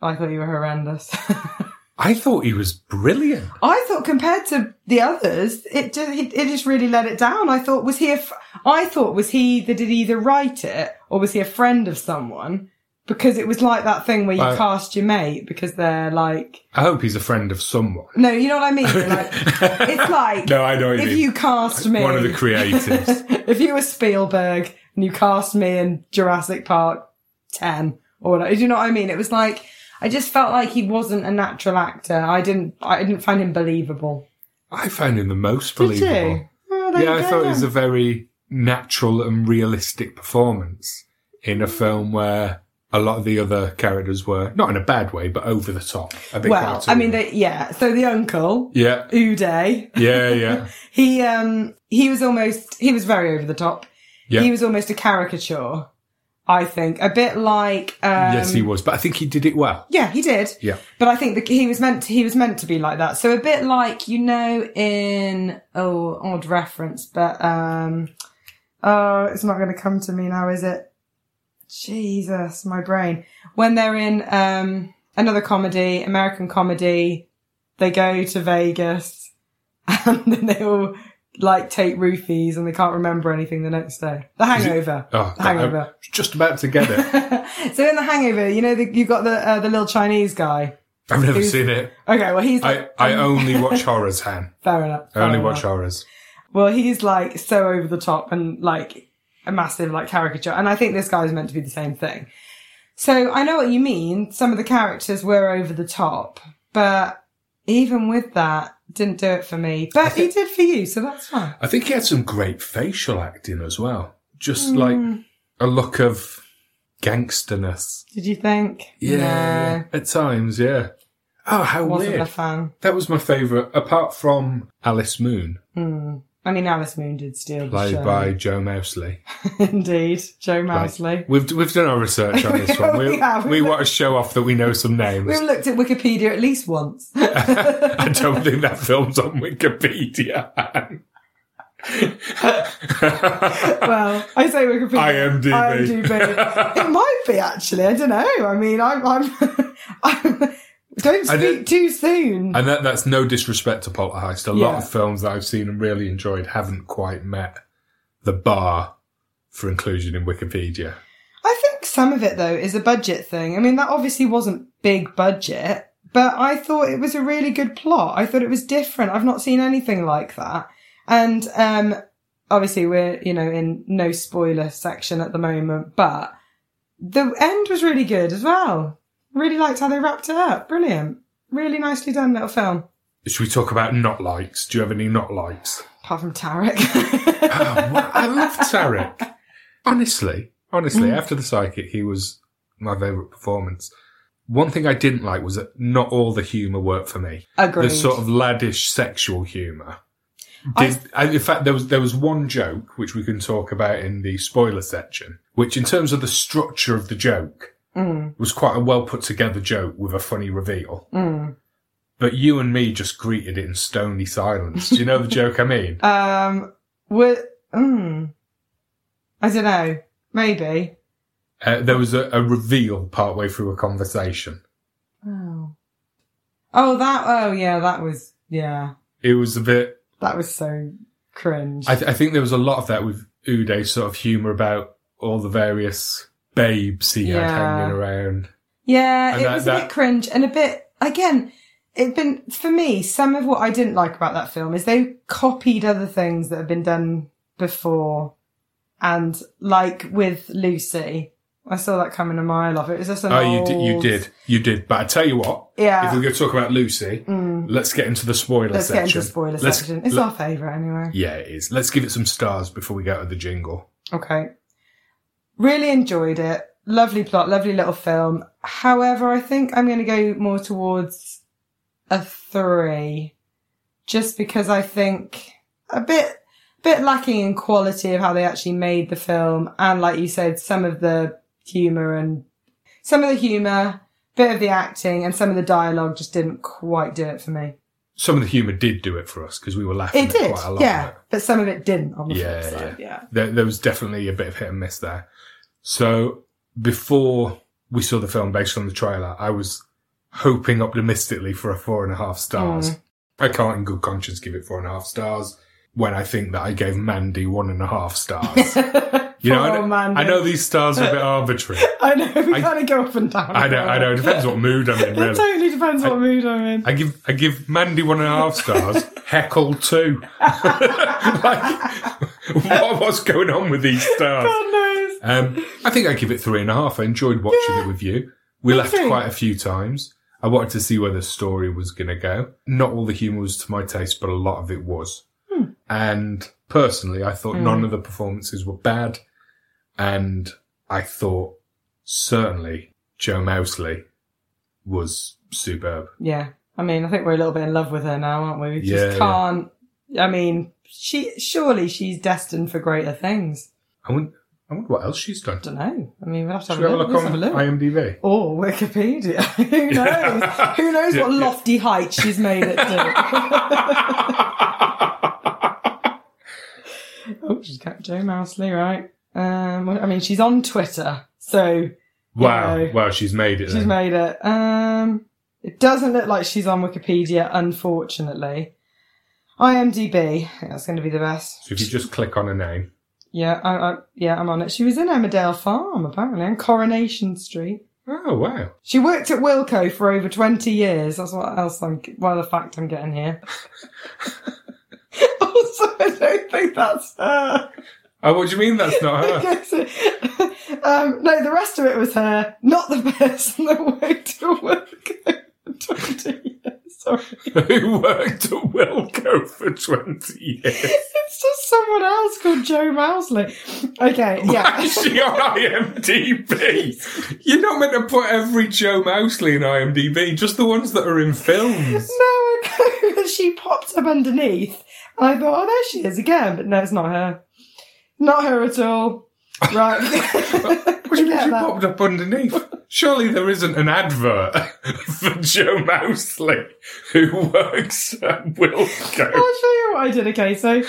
S3: I, thought you were horrendous.
S4: I thought he was brilliant.
S3: I thought compared to the others, it just it, it just really let it down. I thought was he a f- I thought was he that did either write it or was he a friend of someone? Because it was like that thing where you
S4: Well-
S3: cast your mate because they're like
S4: I hope he's a friend of someone.
S3: no, you know what I mean. They're Like, it's like
S4: no, I know what you
S3: if
S4: mean.
S3: you cast me,
S4: One of the creatives.
S3: if you were Spielberg and you cast me in Jurassic Park ten or whatever, do you know what I mean? It was like I just felt like he wasn't a natural actor. I didn't, I didn't find him believable.
S4: I found him the most
S3: Did you?
S4: believable.
S3: Oh, there
S4: yeah,
S3: you
S4: I
S3: go
S4: thought it was a
S3: then.
S4: very natural and realistic performance in a film where a lot of the other characters were not in a bad way, but over the top. A bit
S3: well, I
S4: cartoony.
S3: mean, they, yeah. So the uncle,
S4: yeah,
S3: Uday,
S4: yeah, yeah,
S3: he um he was almost he was very over the top.
S4: yeah.
S3: He was almost a caricature, I think, a bit like um,
S4: yes, he was, but I think he did it well.
S3: Yeah, he did.
S4: Yeah.
S3: But I think the, he was meant to, he was meant to be like that. So a bit like you know in oh odd reference, but um oh it's not going to come to me now, is it? Jesus, my brain. When they're in um another comedy, American comedy, they go to Vegas and then they all like take roofies and they can't remember anything the next day. The Hangover.
S4: Oh,
S3: The Hangover
S4: I was just about to get it.
S3: so in the Hangover, you know, the, you got the uh, the little Chinese guy.
S4: I've never
S3: Who's-
S4: seen it.
S3: Okay, well he's um,
S4: I, I only watch horrors, Han.
S3: fair enough.
S4: I
S3: fair
S4: only
S3: enough.
S4: watch horrors.
S3: Well, he's like so over the top and like a massive like caricature, and I think this guy is meant to be the same thing. So I know what you mean. Some of the characters were over the top, but even with that, didn't do it for me. But he did for you, so that's fine.
S4: I think he had some great facial acting as well. Just like a look of gangsterness.
S3: Did you think?
S4: Yeah. At times, yeah. Oh, how
S3: No, wasn't
S4: weird.
S3: a fan.
S4: that was my favourite, apart from Alice Moon,
S3: Hmm. I mean, Alice Moon did steal the
S4: played
S3: show.
S4: by Joe Mousley.
S3: Indeed, Joe Mousley.
S4: We've, we've done our research on this one. We,
S3: We have.
S4: we want to show off that we know some names.
S3: We've looked at Wikipedia at least once.
S4: I don't think that film's on Wikipedia.
S3: well, I say Wikipedia.
S4: IMDb.
S3: IMDb. it might be actually. I don't know. I mean, I'm. I'm, I'm don't
S4: I
S3: speak
S4: don't-
S3: too soon.
S4: and that, that's no disrespect to Poltergeist. A lot
S3: Yeah.
S4: of films that I've seen and really enjoyed haven't quite met the bar for inclusion in Wikipedia.
S3: I think some of it though is a budget thing. I mean, that obviously wasn't big budget, but I thought it was a really good plot. I thought it was different. I've not seen anything like that. And um obviously we're, you know, in no spoiler section at the moment, but the end was really good as well. Really liked how they wrapped it up. Brilliant. Really nicely done little film.
S4: Should we talk about not likes? Do you have any not likes?
S3: Apart from Tarek.
S4: Oh, wow, I love Tarek. Honestly, honestly,
S3: Mm.
S4: after the psychic, he was my favourite performance. One thing I didn't like was that not all the humour worked for me.
S3: Agreed.
S4: the sort of laddish sexual humour.
S3: I-
S4: Did, and in fact, there was there was one joke which we can talk about in the spoiler section, which, in terms of the structure of the joke,
S3: Mm,
S4: was quite a well put together joke with a funny reveal.
S3: mm.
S4: But you and me just greeted it in stony silence. Do you know the joke I mean?
S3: Um we mm, I don't know. Maybe.
S4: Uh, there was a, a reveal partway through a conversation.
S3: Oh. Oh, that. Oh, yeah. That was. Yeah.
S4: It was a bit.
S3: That was so cringe.
S4: I, th- I think there was a lot of that with Uday's sort of humour about all the various babes he had
S3: Yeah.
S4: hanging around.
S3: yeah,
S4: and
S3: it
S4: that-
S3: was a
S4: that-
S3: bit cringe and a bit. Again, it been for me. Some of what I didn't like about that film is they copied other things that have been done before, and like with Lucy, I saw that coming a mile off. It was just an.
S4: Oh, you did,
S3: old-
S4: you did, you did. But I tell you what, if
S3: Yeah.
S4: we're going to talk about Lucy,
S3: Mm.
S4: let's get into the spoiler
S3: Let's get
S4: section.
S3: into the spoiler
S4: Let's-
S3: section. It's
S4: let-
S3: our favourite anyway.
S4: yeah, it is. Let's give it some stars before we go to the jingle.
S3: Okay. Really enjoyed it. Lovely plot, lovely little film. However, I think I'm going to go more towards a three, just because I think a bit, bit lacking in quality of how they actually made the film, and like you said, some of the humor and some of the humor, bit of the acting, and some of the dialogue just didn't quite do it for me.
S4: Some of the humour did do it for us because we were laughing
S3: It
S4: at
S3: did,
S4: quite a lot. of
S3: yeah,
S4: it.
S3: but some of it didn't. On the
S4: Yeah,
S3: flip side, yeah.
S4: There, there was definitely a bit of hit and miss there. So before we saw the film based on the trailer, I was hoping optimistically for a four and a half stars. I can't in good conscience give it four and a half stars when I think that I gave Mandy one and a half stars. You know, I
S3: Poor
S4: know,
S3: old man,
S4: I know these stars are a bit arbitrary.
S3: I know, we
S4: I-
S3: kind of go up and down.
S4: I know, I know. It depends what mood I'm in,
S3: It
S4: really.
S3: totally depends what mood I'm in.
S4: I give I give Mandy one and a half stars, Heckle two. like, what, what's going on with these stars?
S3: God knows.
S4: Um, I think I give it three and a half. I enjoyed watching it with you. We laughed
S3: too.
S4: quite a few times. I wanted to see where the story was going to go. Not all the humour was to my taste, but a lot of it was.
S3: Hmm.
S4: And personally, I thought
S3: Hmm.
S4: none of the performances were bad. And I thought certainly Joe Mousley was superb.
S3: Yeah. I mean, I think we're a little bit in love with her now, aren't we? We
S4: Yeah, yeah.
S3: just can't. I mean, she surely she's destined for greater things.
S4: I wonder, I wonder what else she's done.
S3: I don't know. I mean, we'll have to
S4: Should
S3: have,
S4: we
S3: a,
S4: have a look
S3: look. Let's
S4: on
S3: have a look.
S4: IMDb?
S3: Or Wikipedia. Who knows? Who knows
S4: Yeah,
S3: what
S4: yeah.
S3: lofty heights she's made it to? oh, she's got Joe Mousley, right? Um, well, I mean, she's on Twitter, so
S4: wow,
S3: No.
S4: wow, she's made it.
S3: she's
S4: then.
S3: made it. Um, it doesn't look like she's on Wikipedia, unfortunately. IMDb, that's going to be the best.
S4: so if you just click on her name,
S3: Yeah, I, I, yeah, I'm on it. She was in Emmerdale Farm, apparently, on Coronation Street.
S4: oh wow,
S3: She worked at Wilco for over 20 years. That's what else I'm, well, the fact I'm getting here. also, I don't think that's her.
S4: Oh, what do you mean that's not her?
S3: Okay, so- um, no, the rest of it was her, not the person that worked at Wilco for 20 years. Sorry.
S4: Who worked at Wilco for 20 years?
S3: It's just someone else called Joe Mousley. Okay, yeah.
S4: Is she on IMDb? You're not meant to put every Joe Mousley in IMDb, just the ones that are in films.
S3: No, I know. she popped up underneath. And I thought, oh, there she is again. But no, it's not her. Not her at all. Right.
S4: What do you mean
S3: Forget
S4: she
S3: that.
S4: popped up underneath? Surely there isn't an advert for Joe Mousley who works at Wilco.
S3: I'll show you what I did. Okay, so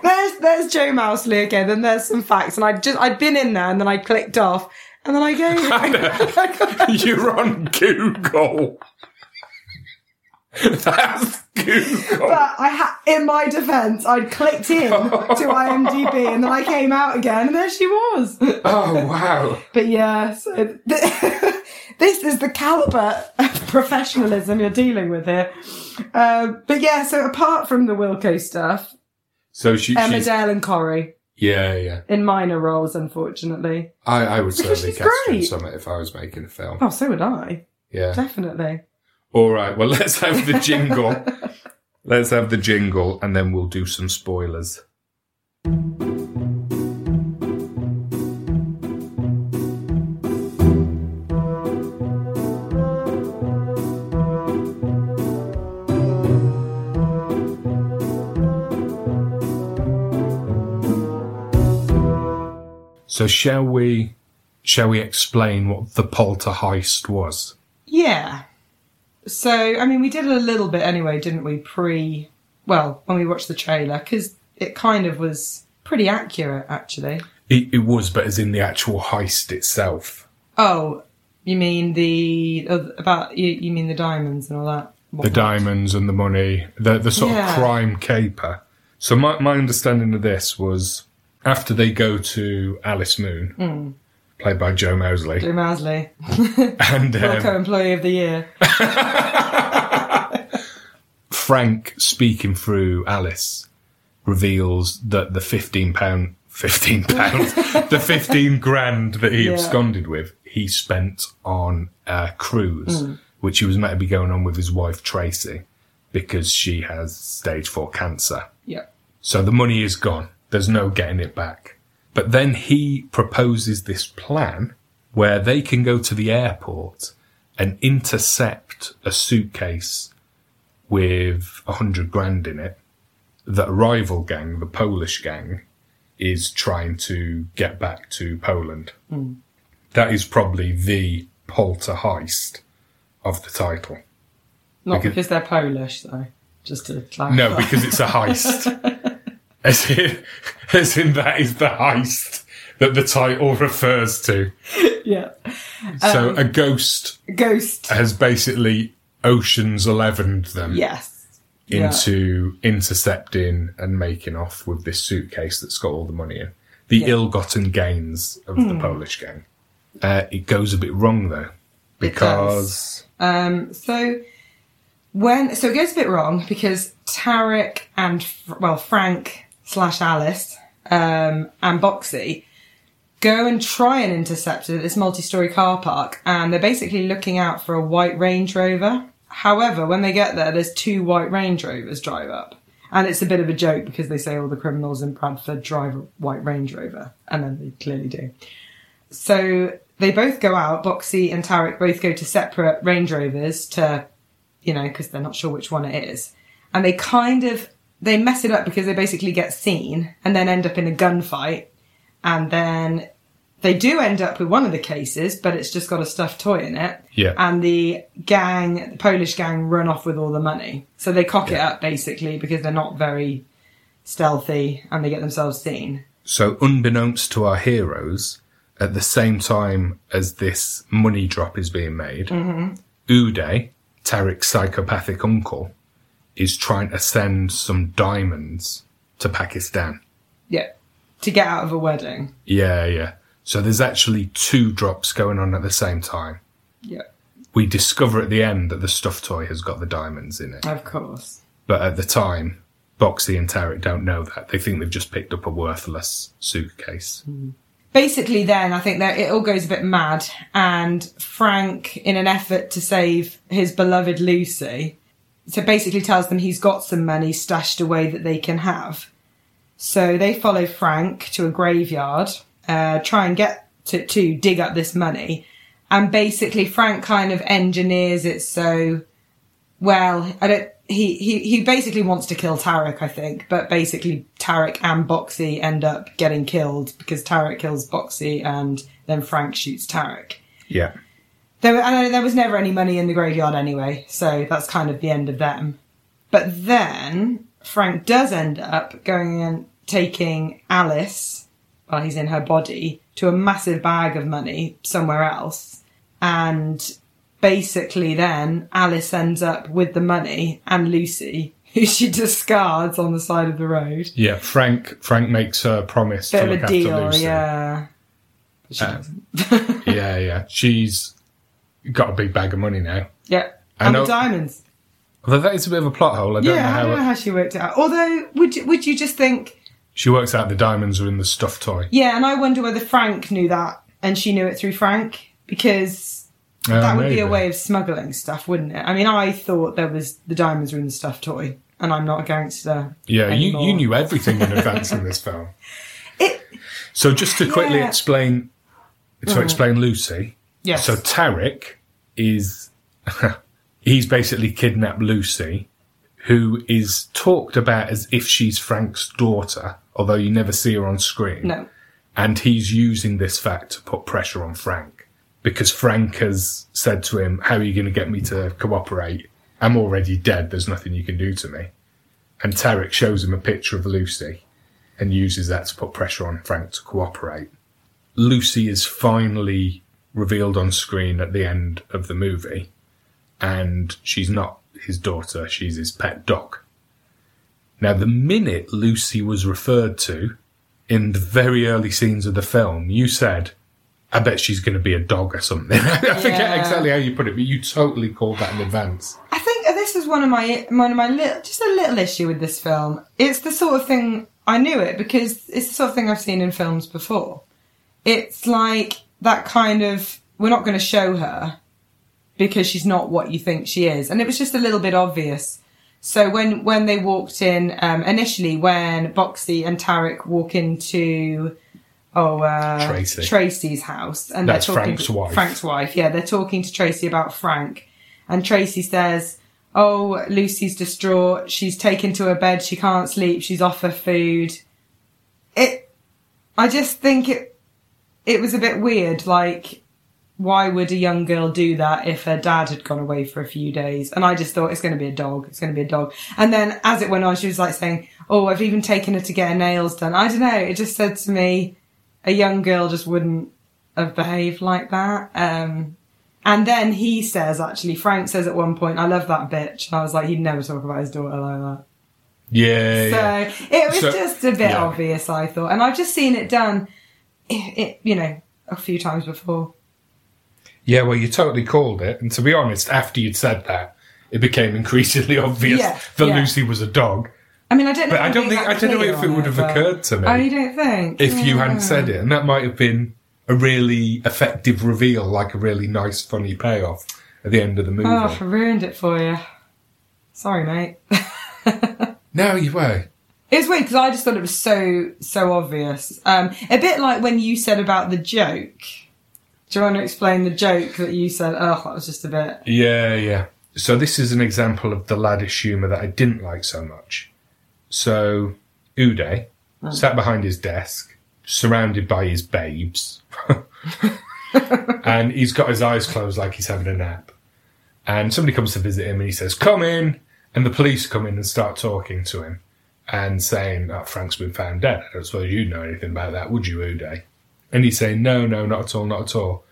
S3: there's there's Joe Mousley again, and there's some facts, and I just I'd been in there, and then I clicked off, and then I go.
S4: You're on Google. That's Google.
S3: But I ha- in my defence, I'd clicked in to IMDb, and then I came out again, and there she was.
S4: Oh wow!
S3: But yeah, so th- this is the caliber of professionalism you're dealing with here. Um, but yeah, so apart from the Wilco stuff,
S4: So she,
S3: Emma
S4: she's,
S3: Dale and Corrie
S4: yeah, yeah.
S3: in minor roles, unfortunately.
S4: I, I would
S3: Because
S4: certainly
S3: she's
S4: cast her in
S3: great.
S4: Summit if I was making a film.
S3: Oh, so would I,
S4: Yeah.
S3: definitely.
S4: All right. Well, let's have the jingle. let's have the jingle, and then we'll do some spoilers. So shall we? Shall we explain what the Polter heist was?
S3: Yeah. So, I mean, we did a little bit anyway, didn't we? Pre, well, when we watched the trailer, because it kind of was pretty accurate, actually.
S4: It, it was, but as in the actual heist itself.
S3: Oh, you mean the uh, about you, you mean the diamonds and all that?
S4: The diamonds and the money, the, the sort of
S3: Yeah.
S4: crime caper. So my, my understanding of this was after they go to Alice Moon, played by Joe Mosley,
S3: Blue Mousley,
S4: and
S3: Wilco
S4: um,
S3: Employee of the Year.
S4: Frank speaking through Alice reveals that the fifteen pound, fifteen pounds, the fifteen grand that he
S3: Yeah.
S4: absconded with, he spent on a cruise, which he was meant to be going on with his wife Tracy, because she has stage four cancer.
S3: Yep.
S4: So the money is gone. There's no getting it back. But then he proposes this plan where they can go to the airport and intercept a suitcase with a hundred grand in it that a rival gang, the Polish gang, is trying to get back to Poland. That is probably the Polter heist of the title.
S3: Not
S4: Because-
S3: because, they're Polish, though. Just to clarify.
S4: No, because it's a heist. as, in, as in, that is the heist that the title refers to.
S3: yeah,
S4: so a ghost
S3: ghost.
S4: has basically Ocean's Elevened them
S3: yes. yeah.
S4: into intercepting and making off with this suitcase that's got all the money in. The ill-gotten gains of the Polish gang. Uh, it goes a bit wrong though, because
S3: Um, so when so it goes a bit wrong because Tarek and Fr- well Frank slash Alice um, and Boxy go and try an interceptor at this multi-story car park and they're basically looking out for a white Range Rover. However, when they get there, there's two white Range Rovers drive up. And it's a bit of a joke because they say all the criminals in Bradford drive a white Range Rover. And then they clearly do. So they both go out. Boxy and Tarek both go to separate Range Rovers to, you know, because they're not sure which one it is. And they kind of, they mess it up because they basically get seen and then end up in a gunfight. And then they do end up with one of the cases, but it's just got a stuffed toy in it.
S4: Yeah.
S3: And the gang, the Polish gang, run off with all the money. So they cock it up basically because they're not very stealthy and they get themselves seen.
S4: So, unbeknownst to our heroes, at the same time as this money drop is being made, Uday, Tarek's psychopathic uncle, is trying to send some diamonds to Pakistan.
S3: Yeah. To get out of a wedding.
S4: Yeah, yeah. So, there's actually two drops going on at the same time.
S3: Yeah.
S4: We discover at the end that the stuffed toy has got the diamonds in it.
S3: Of course.
S4: But at the time, Boxy and Tarek don't know that. They think they've just picked up a worthless suitcase.
S3: basically then i think that it all goes a bit mad and frank in an effort to save his beloved lucy so basically tells them he's got some money stashed away that they can have so they follow frank to a graveyard uh, try and get to, to dig up this money and basically frank kind of engineers it so well, I don't. He, he he basically wants to kill Tarek, I think, but basically Tarek and Boxy end up getting killed because Tarek kills Boxy and then Frank shoots Tarek.
S4: Yeah.
S3: There, and there was never any money in the graveyard anyway, so that's kind of the end of them. But then Frank does end up going and taking Alice, while he's in her body, to a massive bag of money somewhere else. And basically, then Alice ends up with the money and Lucy, who she discards on the side of the road.
S4: Yeah, Frank Frank makes her promise
S3: Bit
S4: to
S3: of
S4: look
S3: a
S4: after
S3: deal,
S4: Lucy.
S3: yeah. But she
S4: Uh,
S3: doesn't.
S4: yeah, yeah. She's got a big bag of money now.
S3: Yeah.
S4: I
S3: And the
S4: know-
S3: diamonds.
S4: Although that is a bit of a plot hole. I don't know
S3: yeah, I
S4: how,
S3: don't know
S4: it-
S3: how she worked it out. Although, would you, would you just think,
S4: she works out the diamonds are in the stuffed toy.
S3: yeah? And I wonder whether Frank knew that and she knew it through Frank because
S4: Uh,
S3: that would be a
S4: maybe.
S3: way of smuggling stuff, wouldn't it? I mean, I thought there was the diamonds were in the stuffed toy, and I'm not a gangster.
S4: Yeah, you, you
S3: anymore.
S4: knew everything in advance in this film.
S3: It-
S4: so just to quickly
S3: Yeah. Mm-hmm.
S4: explain to explain Lucy.
S3: Yes.
S4: So Tarek is he's basically kidnapped Lucy, who is talked about as if she's Frank's daughter, although you never see her on screen.
S3: no.
S4: And he's using this fact to put pressure on Frank. Because Frank has said to him, How are you gonna get me to cooperate? I'm already dead, there's nothing you can do to me. And Tarek shows him a picture of Lucy and uses that to put pressure on Frank to cooperate. Lucy is finally revealed on screen at the end of the movie, and she's not his daughter, she's his pet dog. Now, the minute Lucy was referred to in the very early scenes of the film, you said, I bet she's going to be a dog or something. I forget
S3: Yeah.
S4: exactly how you put it, but you totally called that in advance.
S3: I think this is one of my one of my little, just a little issue with this film. It's the sort of thing I knew it because it's the sort of thing I've seen in films before. It's like that kind of we're not going to show her because she's not what you think she is, and it was just a little bit obvious. So when when they walked in um, initially, when Boxy and Tarek walk into oh uh,
S4: Tracy.
S3: Tracy's house, and
S4: That's
S3: they're talking
S4: Frank's wife.
S3: Frank's wife, yeah, they're talking to Tracy about Frank, and Tracy says, "Oh, Lucy's distraught. She's taken to her bed. She can't sleep. She's off her food." It, I just think it, it was a bit weird. Like, why would a young girl do that if her dad had gone away for a few days? And I just thought it's going to be a dog. It's going to be a dog. And then as it went on, she was like saying, "Oh, I've even taken her to get her nails done." I don't know. It just said to me, a young girl just wouldn't have behaved like that. Um, and then he says, actually, Frank says at one point, "I love that bitch." And I was like, he'd never talk about his daughter like that.
S4: Yeah. yeah.
S3: So it was
S4: So-
S3: just a bit
S4: yeah.
S3: obvious, I thought, and I've just seen it done, it, it, you know, a few times before.
S4: Yeah, well, you totally called it. And to be honest, after you'd said that, it became increasingly obvious
S3: Yeah,
S4: that
S3: yeah.
S4: Lucy was a dog.
S3: I mean, I don't know.
S4: But I don't think I don't know if it would have occurred to me
S3: Oh, you don't think?
S4: if you
S3: Yeah.
S4: hadn't said it, and that might have been a really effective reveal, like a really nice, funny payoff at the end of the movie.
S3: Oh, I ruined it for you. Sorry, mate.
S4: No, you were.
S3: It was weird because I just thought it was so so obvious. Um, a bit like when you said about the joke. Do you want to explain the joke that you said? Oh, that was just a bit.
S4: Yeah, yeah. So this is an example of the laddish humour that I didn't like so much. So Uday sat behind his desk, surrounded by his babes, and he's got his eyes closed like he's having a nap. And somebody comes to visit him, and he says, "Come in." And the police come in and start talking to him and saying, oh, "Frank's been found dead." I don't suppose you'd know anything about that, would you, Uday? And he's saying, "No, no, not at all, not at all."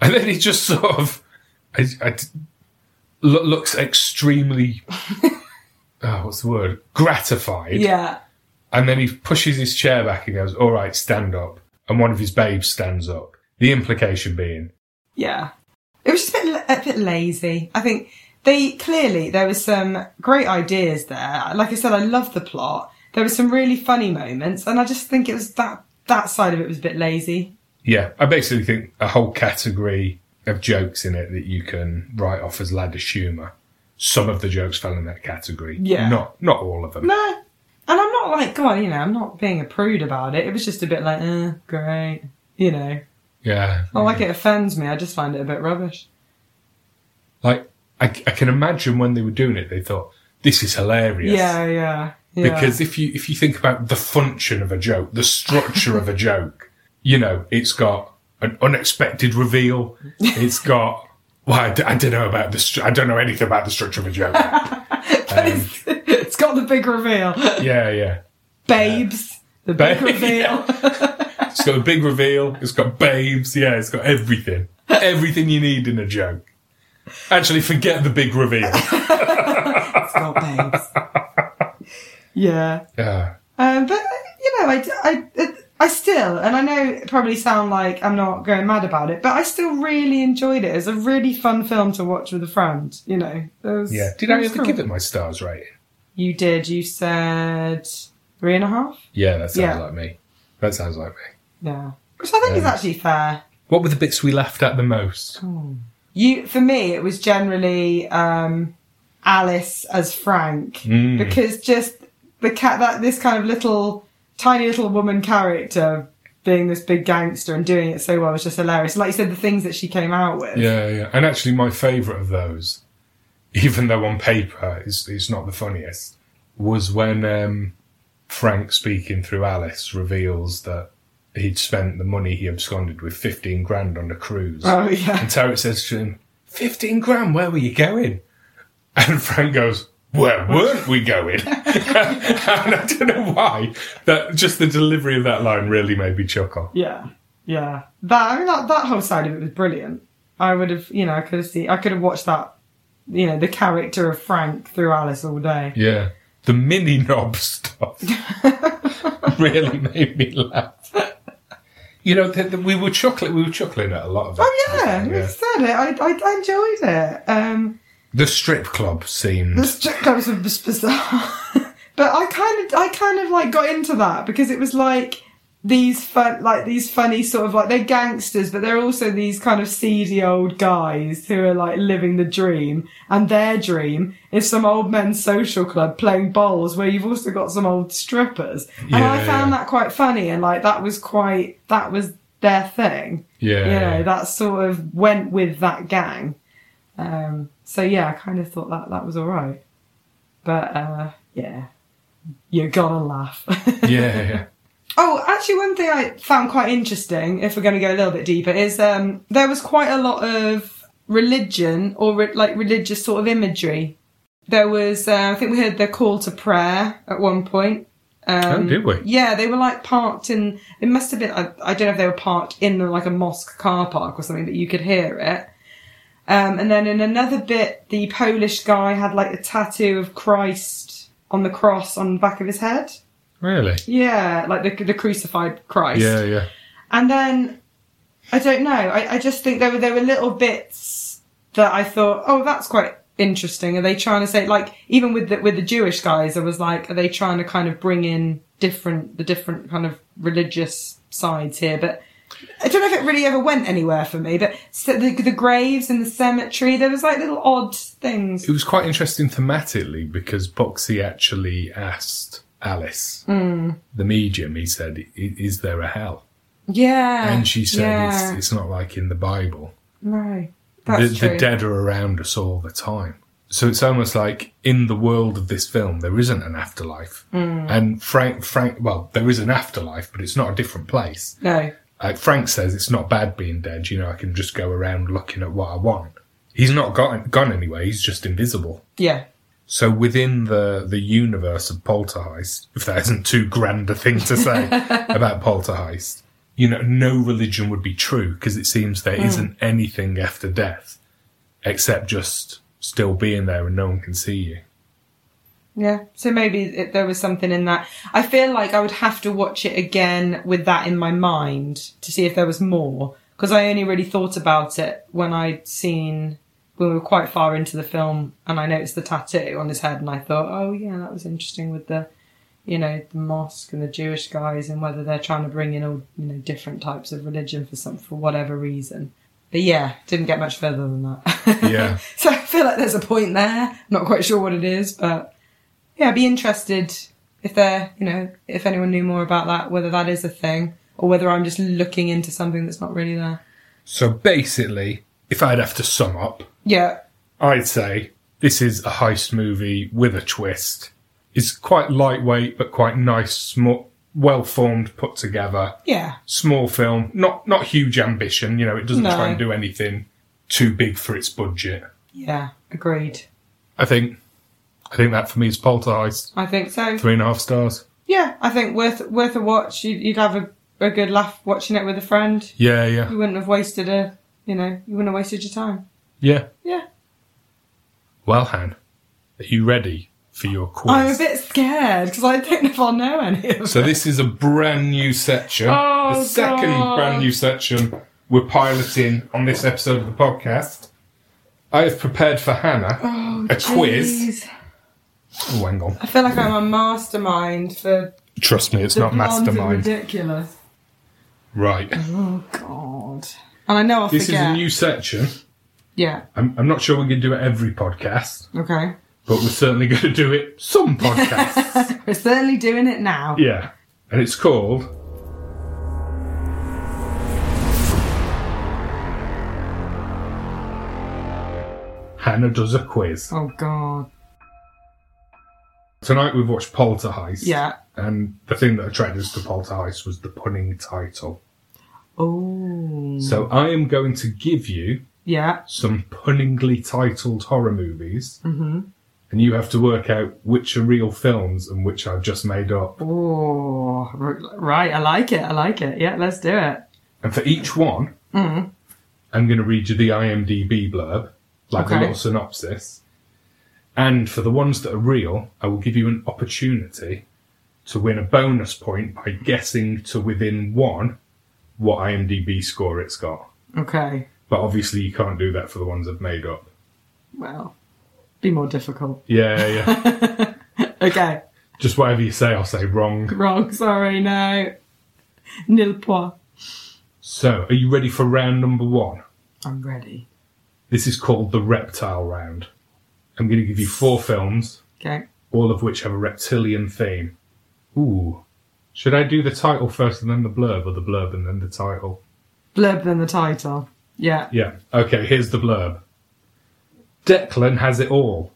S4: And then he just sort of I, I d- lo- looks extremely. oh, what's the word? Gratified.
S3: Yeah.
S4: And then he pushes his chair back and goes, All right, stand up. And one of his babes stands up. The implication being,
S3: Yeah. It was just a bit, a bit lazy. I think they clearly, there was some great ideas there. Like I said, I love the plot. There were some really funny moments, and I just think it was that, that side of it was a bit lazy.
S4: yeah, I basically think a whole category of jokes in it that you can write off as laddish humour. Some of the jokes fell in that category.
S3: Yeah.
S4: Not, not all of them.
S3: No. And I'm not like, God, you know, I'm not being a prude about it. It was just a bit like, eh, great. You know,
S4: Yeah.
S3: not like it offends me. I just find it a bit rubbish.
S4: Like, I, c- I can imagine when they were doing it, they thought, This is hilarious.
S3: Yeah, yeah, yeah.
S4: Because if you if you think about the function of a joke, the structure of a joke, you know, it's got an unexpected reveal. It's got well, I, d- I don't know about the stru- I don't know anything about the structure of a joke. Um,
S3: it's got the big reveal.
S4: yeah, yeah.
S3: Babes, the big
S4: Ba-
S3: reveal.
S4: It's got a big reveal. It's got babes. Yeah, it's got everything. Everything you need in a joke. Actually, forget the big reveal.
S3: It's got babes. yeah.
S4: Yeah.
S3: Um, but you know, I, I, I still, and I know it probably sound like I'm not going mad about it, but I still really enjoyed it. It was a really fun film to watch with a friend. You know, it was,
S4: Yeah. Did I
S3: was
S4: ever
S3: cool.
S4: give it my stars rating?
S3: You did. You said three and a half.
S4: Yeah, that sounds
S3: Yeah.
S4: like me. That sounds like me.
S3: Yeah, which I think is
S4: Um,
S3: actually fair.
S4: What were the bits we laughed at the most?
S3: You, for me, it was generally um, Alice as Frank
S4: Mm.
S3: because just the cat that this kind of little tiny little woman character being this big gangster and doing it so well was just hilarious. Like you said, the things that she came out with.
S4: Yeah, yeah. And actually, my favourite of those, even though on paper it's, it's not the funniest, was when um, Frank speaking through Alice reveals that he'd spent the money he absconded with 15 grand on a cruise.
S3: Oh yeah.
S4: And Tarek says to him, 15 grand, where were you going? And Frank goes, where weren't we going? and I don't know why. That just the delivery of that line really made me chuckle.
S3: Yeah. Yeah. That I mean that, that whole side of it was brilliant. I would have you know, I could have seen I could have watched that you know, the character of Frank through Alice all day.
S4: Yeah. The mini knob stuff really made me laugh. You know, th th we were chuckling. We were chuckling at a lot of.
S3: Oh
S4: that.
S3: yeah, you said it. I, I, I enjoyed it. Um,
S4: The strip club
S3: the
S4: seemed.
S3: strip clubs were just bizarre, but I kind of I kind of like got into that because it was like these fun like these funny sort of like they're gangsters, but they're also these kind of seedy old guys who are like living the dream, and their dream is some old men's social club playing bowls where you've also got some old strippers, and I
S4: Yeah.
S3: found that quite funny and like that was quite that was their thing
S4: Yeah.
S3: you know that sort of went with that gang um so yeah i kind of thought that that was all right but uh yeah you're gonna laugh
S4: yeah, yeah.
S3: oh actually one thing i found quite interesting if we're going to go a little bit deeper is um there was quite a lot of religion or re- like religious sort of imagery there was uh, i think we heard the call to prayer at one point um,
S4: oh, did we?
S3: yeah, they were like parked in. It must have been. I, I don't know if they were parked in the, like a mosque car park or something, but you could hear it. Um, and then in another bit, the Polish guy had like a tattoo of Christ on the cross on the back of his head.
S4: Really?
S3: Yeah, like the, the crucified Christ.
S4: Yeah, yeah.
S3: And then I don't know. I, I just think there were there were little bits that I thought, oh, that's quite interesting. Are they trying to say like even with the with the Jewish guys, I was like, are they trying to kind of bring in different the different kind of religious sides here? But I don't know if it really ever went anywhere for me. But so the, the graves and the cemetery, there was like little odd things.
S4: It was quite interesting thematically because Boxy actually asked Alice,
S3: Hmm.
S4: the medium, he said, "I- Is there a hell?
S3: Yeah,
S4: And she said,
S3: Uh, yeah,
S4: it's, it's not like in the Bible.
S3: no,
S4: The,
S3: that's
S4: the
S3: true.
S4: dead are around us all the time. So it's almost like in the world of this film, there isn't an afterlife.
S3: Hmm.
S4: And Frank, Frank, well, there is an afterlife, but it's not a different place.
S3: no,
S4: Like Frank says, it's not bad being dead. You know, I can just go around looking at what I want. He's not got, gone anywhere. He's just invisible.
S3: yeah.
S4: So within the, the universe of Poltergeist, if that isn't too grand a thing to say about Poltergeist, you know, no religion would be true because it seems there not anything after death except just still being there and no one can see you.
S3: Yeah, so maybe it, there was something in that. I feel like I would have to watch it again with that in my mind to see if there was more, because I only really thought about it when I'd seen when we were quite far into the film, and I noticed the tattoo on his head, and I thought, oh yeah, that was interesting with the, you know, the mosque and the Jewish guys, and whether they're trying to bring in all you know different types of religion for some for whatever reason. But yeah, didn't get much further than that.
S4: Yeah.
S3: so I feel like there's a point there. Not quite sure what it is, but yeah, I'd be interested if there, you know, if anyone knew more about that, whether that is a thing or whether I'm just looking into something that's not really there.
S4: So basically, if I'd have to sum up,
S3: Yeah,
S4: I'd say this is a heist movie with a twist. It's quite lightweight, but quite nice, sm- well formed, put together.
S3: yeah,
S4: small film, not not huge ambition. You know, it doesn't
S3: No.
S4: try and do anything too big for its budget.
S3: yeah. Agreed.
S4: I think, I think that for me is Poltergeist.
S3: I think so.
S4: Three and a half stars.
S3: Yeah, I think worth worth a watch. You'd, you'd have a, a good laugh watching it with a friend.
S4: Yeah, yeah,
S3: You wouldn't have wasted a, you know, you wouldn't have wasted your time.
S4: yeah.
S3: Yeah.
S4: Well, Han, are you ready for your quiz?
S3: I'm a bit scared because I don't know if I'll know any of
S4: So this is a brand new section.
S3: Oh,
S4: the second
S3: God.
S4: brand new section we're piloting on this episode of the podcast. I have prepared for Hannah
S3: Oh,
S4: a quiz.
S3: Jeez.
S4: Oh, hang on.
S3: I feel like I'm a mastermind for
S4: Trust me, it's
S3: the
S4: not
S3: blondes are
S4: mastermind.
S3: ridiculous.
S4: Right.
S3: Oh God! And I know I'll
S4: This is
S3: forget.
S4: a new section.
S3: yeah.
S4: I'm, I'm not sure we're going to do it every podcast,
S3: Okay.
S4: but we're certainly going to do it some podcasts.
S3: We're certainly doing it now.
S4: yeah. And it's called Hannah Does a Quiz.
S3: Oh God!
S4: Tonight we've watched Poltergeist.
S3: Yeah.
S4: And the thing that attracted us to Poltergeist was the punning title.
S3: Oh.
S4: So I am going to give you
S3: Yeah.
S4: some punningly titled horror movies, mm-hmm. and you have to work out which are real films and which I've just made up.
S3: Oh. r- Right. I like it. I like it. Yeah. Let's do it.
S4: And for each one, I'm going to read you the IMDb blurb, like a
S3: Okay.
S4: little synopsis. And for the ones that are real, I will give you an opportunity to win a bonus point by guessing to within one what IMDb score it's got.
S3: Okay.
S4: But obviously, you can't do that for the ones I've made up.
S3: Well, be more difficult.
S4: Yeah, yeah.
S3: Okay.
S4: Just whatever you say, I'll say wrong.
S3: Wrong. Sorry. No. Nil point.
S4: So, are you ready for round number one?
S3: I'm ready.
S4: This is called the reptile round. I'm going to give you four films,
S3: Okay.
S4: all of which have a reptilian theme. Ooh. Should I do the title first and then the blurb, or the blurb and then the title?
S3: Blurb than the title. Yeah.
S4: Yeah. Okay, here's the blurb Declan has it all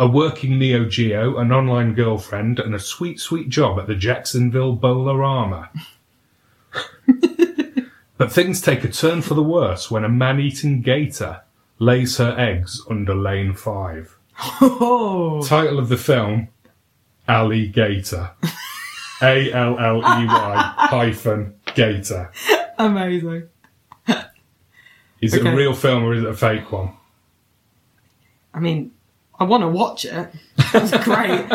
S4: a working Neo Geo, an online girlfriend, and a sweet, sweet job at the Jacksonville Bolarama. but things take a turn for the worse when a man eating gator lays her eggs under lane five.
S3: Oh.
S4: Title of the film Alligator. A L L E Y hyphen gator.
S3: Amazing.
S4: Is it a
S3: Okay.
S4: real film or is it a fake one?
S3: I mean, I want to watch it. That's great.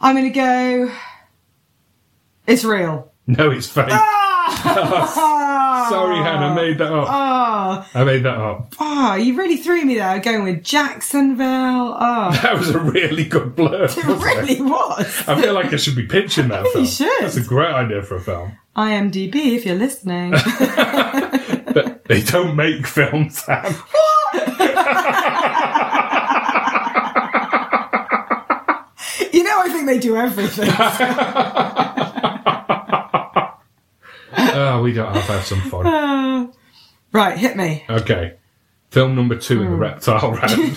S3: I'm going to go. It's real.
S4: No, it's fake.
S3: Ah!
S4: Sorry, Hannah, made that up.
S3: Oh,
S4: I made that up.
S3: oh, you really threw me there going with Jacksonville. Oh,
S4: That was a really good blur.
S3: it really was.
S4: I feel like I should be pitching that
S3: think
S4: film.
S3: you should.
S4: That's a great idea for a film.
S3: IMDb, if you're listening.
S4: But they don't make films. Sam.
S3: you know, I think they do everything.
S4: oh, we don't have to have some fun.
S3: Uh, right, hit me.
S4: Okay. Film number two in the reptile round.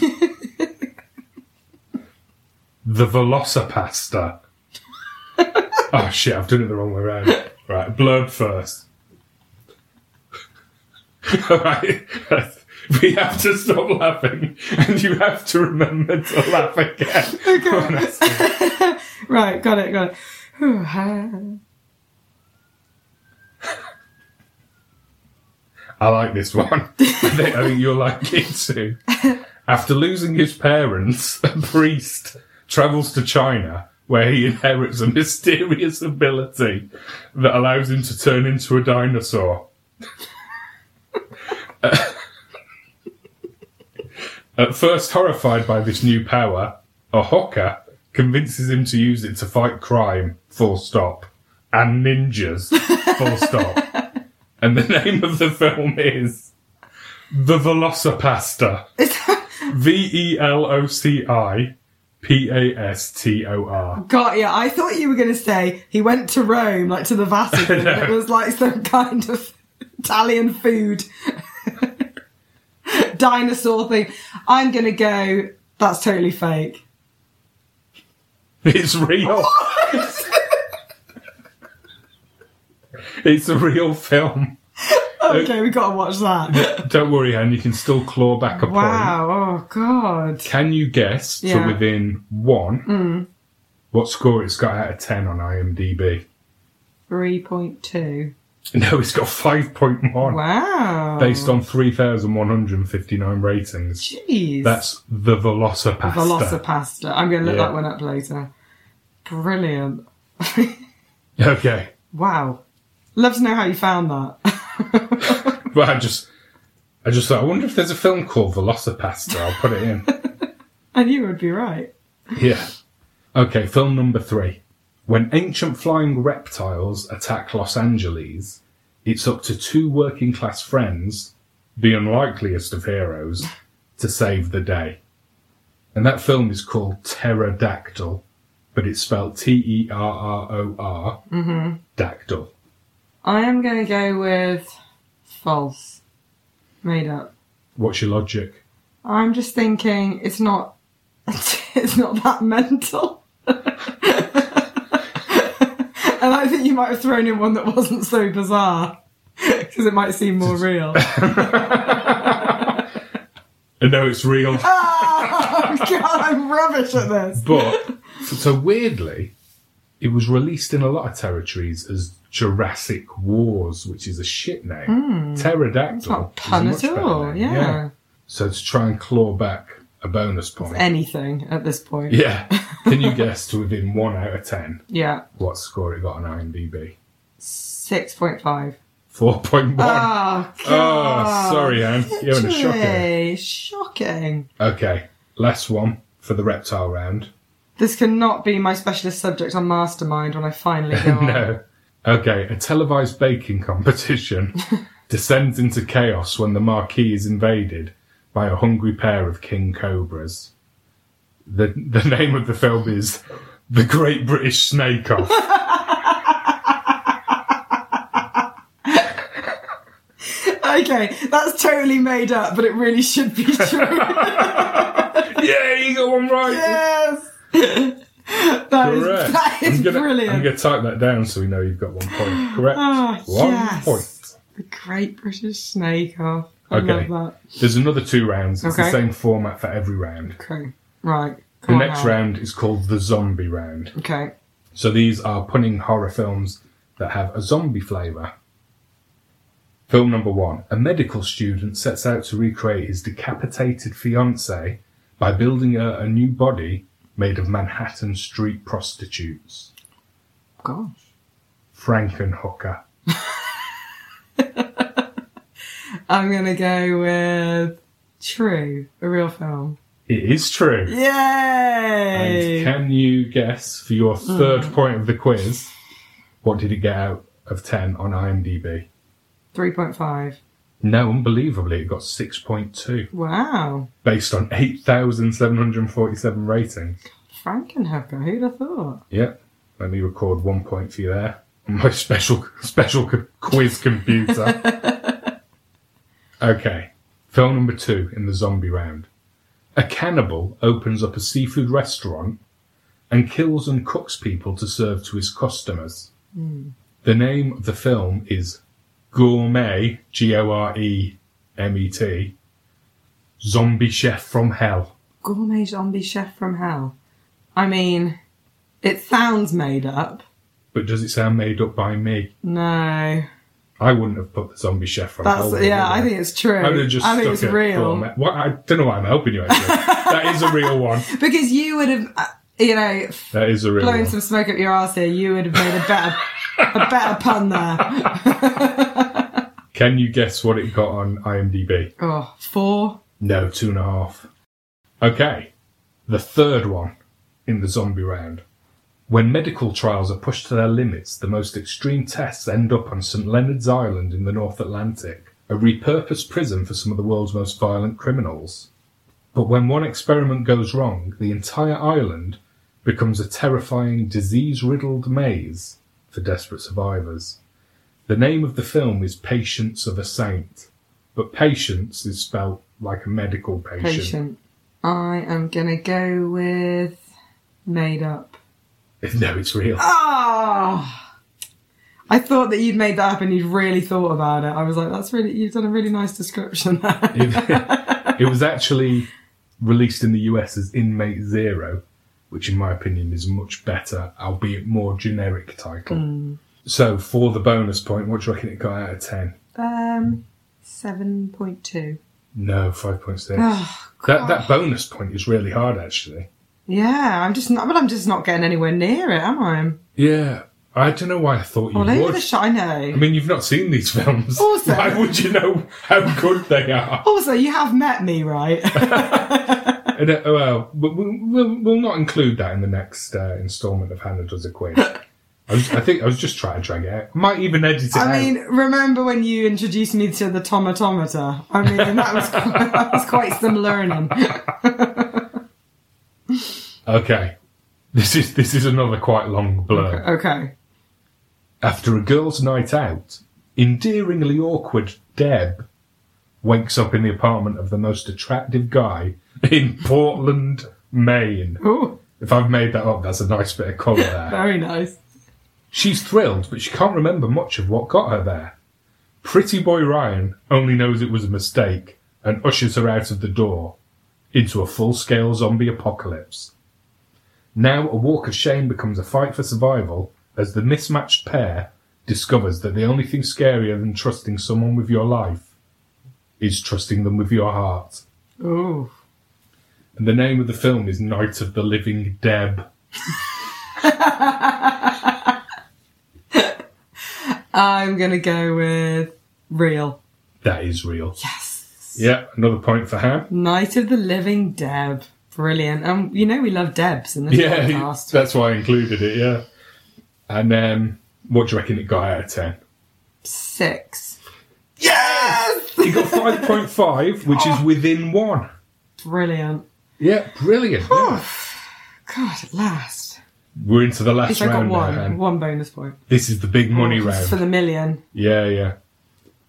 S4: the Velocipasta. oh shit, I've done it the wrong way around. Right, blurb first. Alright. We have to stop laughing and you have to remember to laugh again. Honestly.
S3: Right, got it, got it. Ooh, ha.
S4: I like this one. I think, I think you'll like it too. After losing his parents, a priest travels to China where he inherits a mysterious ability that allows him to turn into a dinosaur. At first horrified by this new power, a hawker convinces him to use it to fight crime, full stop, and ninjas, full stop. And the name of the film is The Velocipasta.
S3: Is that-
S4: V E L O C I P A S T O R.
S3: Got yeah. I thought you were going to say he went to Rome, like to the Vatican.
S4: No.
S3: It was like some kind of Italian food dinosaur thing. I'm going to go. That's totally fake.
S4: It's real. it's a real film.
S3: Okay, we got to watch that.
S4: Don't worry, Anne, you can still claw back a point.
S3: Wow. Oh God.
S4: Can you guess
S3: Yeah. Hmm.
S4: to within one what score it's got out of 10 on IMDb?
S3: Three point two.
S4: No, it's got 5.1
S3: Wow.
S4: based on 3,159 ratings.
S3: Jeez.
S4: That's the Velocipasta.
S3: Velocipasta. I'm going to look
S4: Yeah.
S3: that one up later. Brilliant.
S4: Okay.
S3: Wow. Love to know how you found that.
S4: Well, I just, I just thought, I wonder if there's a film called Velocipasta. I'll put it in.
S3: and you would be right.
S4: yeah. Okay, film number three. When ancient flying reptiles attack Los Angeles, it's up to two working class friends, the unlikeliest of heroes, to save the day. And that film is called Pterodactyl, but it's spelled T E R R O R Dactyl.
S3: I am going to go with false. Made up.
S4: What's your logic?
S3: I'm just thinking it's not it's not that mental. and I think you might have thrown in one that wasn't so bizarre because it might seem more real.
S4: And Uh, no, it's real.
S3: God, I'm rubbish at this.
S4: But so weirdly, it was released in a lot of territories as Jurassic Wars, which is a shit name. Pterodactyl.
S3: Hmm. It's not
S4: is a
S3: pun
S4: much
S3: at
S4: better
S3: all.
S4: name,
S3: Yeah.
S4: So to try and claw back a bonus point.
S3: Anything at this point.
S4: yeah. Can you guess to within one out of ten
S3: yeah.
S4: what score it got on IMDb?
S3: 6.5.
S4: Four point one.
S3: Oh, God.
S4: oh, sorry, Anne. You're in a shocker.
S3: Literally. Shocking.
S4: Okay, last one for the reptile round.
S3: This cannot be my specialist subject on Mastermind when I finally go on.
S4: no. Okay, a televised baking competition descends into chaos when the marquee is invaded by a hungry pair of king cobras. The the name of the film is The Great British Snake Off.
S3: Okay, that's totally made up, but it really should be true.
S4: yeah, you got one right.
S3: yes! That is,
S4: Correct.
S3: that is
S4: I'm gonna,
S3: brilliant.
S4: I'm gonna type that down so we know you've got one point. Correct.
S3: Ah,
S4: one
S3: yes.
S4: point.
S3: The Great British Snake Off. I
S4: Okay.
S3: love
S4: There's another two rounds. It's the
S3: Okay.
S4: same format for every round.
S3: that. Okay, right.
S4: The
S3: Come on
S4: next
S3: now.
S4: round is called the zombie round.
S3: Okay.
S4: So these are punning horror films that have a zombie flavour. Film number one A medical student sets out to recreate his decapitated fiancee by building her a new body made of Manhattan street prostitutes.
S3: Gosh.
S4: Frankenhooker.
S3: I'm gonna go with True, a real film.
S4: It is true. And
S3: Yay!
S4: can you guess for your third point of the quiz, what did it get out of 10 on IMDb?
S3: 3.5.
S4: No, unbelievably, it got 6.2
S3: Wow.
S4: based on 8,747 ratings.
S3: Frankenhooker, who'd have thought?
S4: Yeah, let me record one point for you there on my special special c- quiz computer. okay, film number two in the zombie round. A cannibal opens up a seafood restaurant and kills and cooks people to serve to his customers. The name of the film is Gourmet G O R E M E T Zombie Chef from Hell.
S3: Gourmet zombie chef from hell. I mean, it sounds made up.
S4: But does it sound made up by me?
S3: No.
S4: I wouldn't have put the zombie chef from
S3: That's,
S4: Hell. in
S3: yeah,
S4: there.
S3: I think it's true.
S4: I would have just
S3: I think
S4: stuck
S3: it's
S4: it
S3: real.
S4: from- What, I don't know why I'm helping you. Actually. that is a real one.
S3: Because you would have, uh, you know,
S4: That is a real
S3: blowing
S4: one.
S3: some smoke up your arse here, you would have made a better, a better pun there.
S4: Can you guess what it got on IMDb?
S3: Oh, four.
S4: No, two and a half. Okay, the third one in the zombie round. When medical trials are pushed to their limits, the most extreme tests end up on St. Leonard's Island in the North Atlantic, a repurposed prison for some of the world's most violent criminals. But when one experiment goes wrong, the entire island becomes a terrifying, disease riddled maze for desperate survivors. The name of the film is Patience of a Saint, but patience is spelt like a medical patient.
S3: Patient. I am gonna go with made up.
S4: No, it's real.
S3: Oh, I thought that you'd made that up and you'd really thought about it. I was like, that's really, you've done a really nice description there.
S4: it, it was actually released in the US as Inmate Zero, which, in my opinion, is a much better, albeit more generic title.
S3: Mm.
S4: So, for the bonus point, what do you reckon it got out of 10?
S3: Um, 7.2.
S4: No, 5.6.
S3: Oh,
S4: that, that bonus point is really hard, actually.
S3: Yeah, I'm just not, but I'm just not getting anywhere near it, am I?
S4: Yeah. I don't know why I thought you
S3: All over
S4: would.
S3: the shot, I know.
S4: I mean, you've not seen these films.
S3: Also-
S4: Why would you know how good they are?
S3: Also, you have met me, right?
S4: And, uh, well, we- we- we'll, we'll not include that in the next uh, instalment of Hannah Does a Quiz. I, was, I think I was just trying to drag it out. I might even edit it
S3: I
S4: out.
S3: mean, remember when you introduced me to the tomatometer? I mean, and that was that was quite some learning.
S4: Okay. This is this is another quite long blur.
S3: Okay.
S4: After a girl's night out, endearingly awkward Deb wakes up in the apartment of the most attractive guy in Portland, Maine.
S3: Oh,
S4: If I've made that up, that's a nice bit of colour there.
S3: very nice.
S4: She's thrilled, but she can't remember much of what got her there. Pretty boy Ryan only knows it was a mistake and ushers her out of the door into a full scale zombie apocalypse. Now, a walk of shame becomes a fight for survival as the mismatched pair discovers that the only thing scarier than trusting someone with your life is trusting them with your heart.
S3: Oh,
S4: And the name of the film is Night of the Living Deb.
S3: I'm gonna go with real.
S4: That is real. Yes. Yeah, another point for Ham.
S3: Night of the Living Deb. Brilliant. And you know we love Debs in this
S4: Yeah,
S3: podcast.
S4: that's why I included it. Yeah, and um, what do you reckon it got out of ten?
S3: Six.
S4: It got five point five, which is within one.
S3: Brilliant.
S4: Oh. Yeah, brilliant. yeah.
S3: God, at last.
S4: We're into the
S3: At
S4: last
S3: least I got
S4: round. now,
S3: one.
S4: Anne.
S3: One bonus point.
S4: This is the big money
S3: This is
S4: round.
S3: For the million.
S4: yeah, yeah.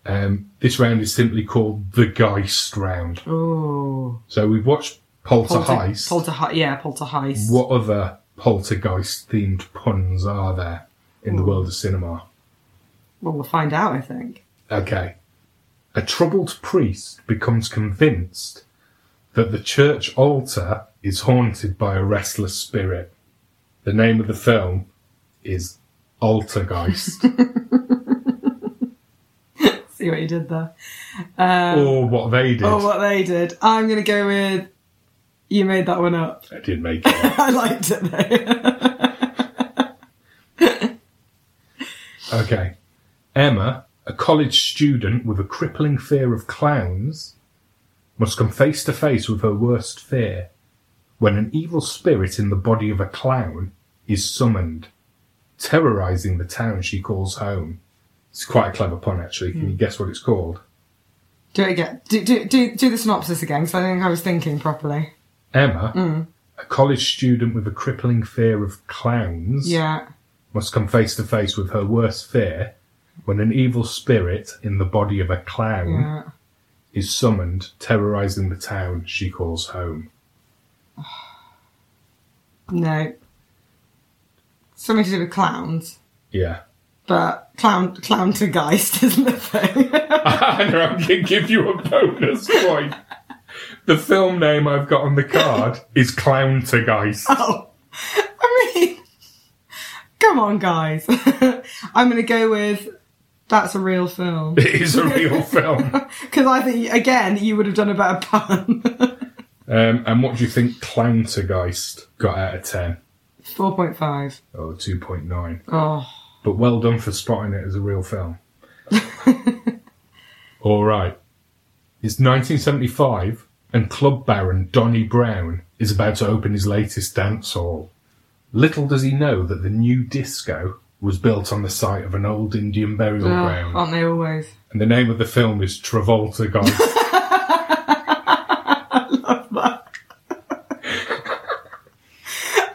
S4: Um, this round is simply called the Geist round.
S3: Oh.
S4: So we've watched Poltergeist.
S3: Polterheist. Yeah, Polterheist.
S4: What other poltergeist themed puns are there in the world of cinema?
S3: Well, we'll find out, I think.
S4: Okay. A troubled priest becomes convinced that the church altar is haunted by a restless spirit. The name of the film is Altergeist,
S3: See what you did there.
S4: or what they did.
S3: Oh, what they did. I'm going to go with you made that one up.
S4: I did make it. up.
S3: I liked it though.
S4: okay. Emma, A college student with a crippling fear of clowns must come face to face with her worst fear when an evil spirit in the body of a clown is summoned, terrorizing the town she calls home. It's quite a clever pun, actually. Can
S3: Hmm.
S4: you guess what it's called?
S3: Do it again. Do, do, do, do the synopsis again, because I think I was thinking properly.
S4: Emma,
S3: Hmm.
S4: a college student with a crippling fear of clowns,
S3: Yeah.
S4: must come face to face with her worst fear when an evil spirit in the body of a clown
S3: Yeah.
S4: is summoned, terrorizing the town she calls home.
S3: No. Something to do with clowns,
S4: Yeah.
S3: but clown clown to geist isn't a thing.
S4: and I'm going to give you a bonus point. The film name I've got on the card is Clowntergeist.
S3: oh, I mean, come on, guys. I'm going to go with that's a real film
S4: It is a real film.
S3: because I think again you would have done a better pun.
S4: Um, and what do you think Clowntergeist got out of 10?
S3: Four point five.
S4: Oh, 2.9.
S3: Oh,
S4: But well done for spotting it as a real film. All right. It's 1975, and club baron Donnie Brown is about to open his latest dance hall. Little does he know that the new disco was built on the site of an old Indian burial
S3: oh
S4: ground,
S3: aren't they always?
S4: and the name of the film is Travolta Guys.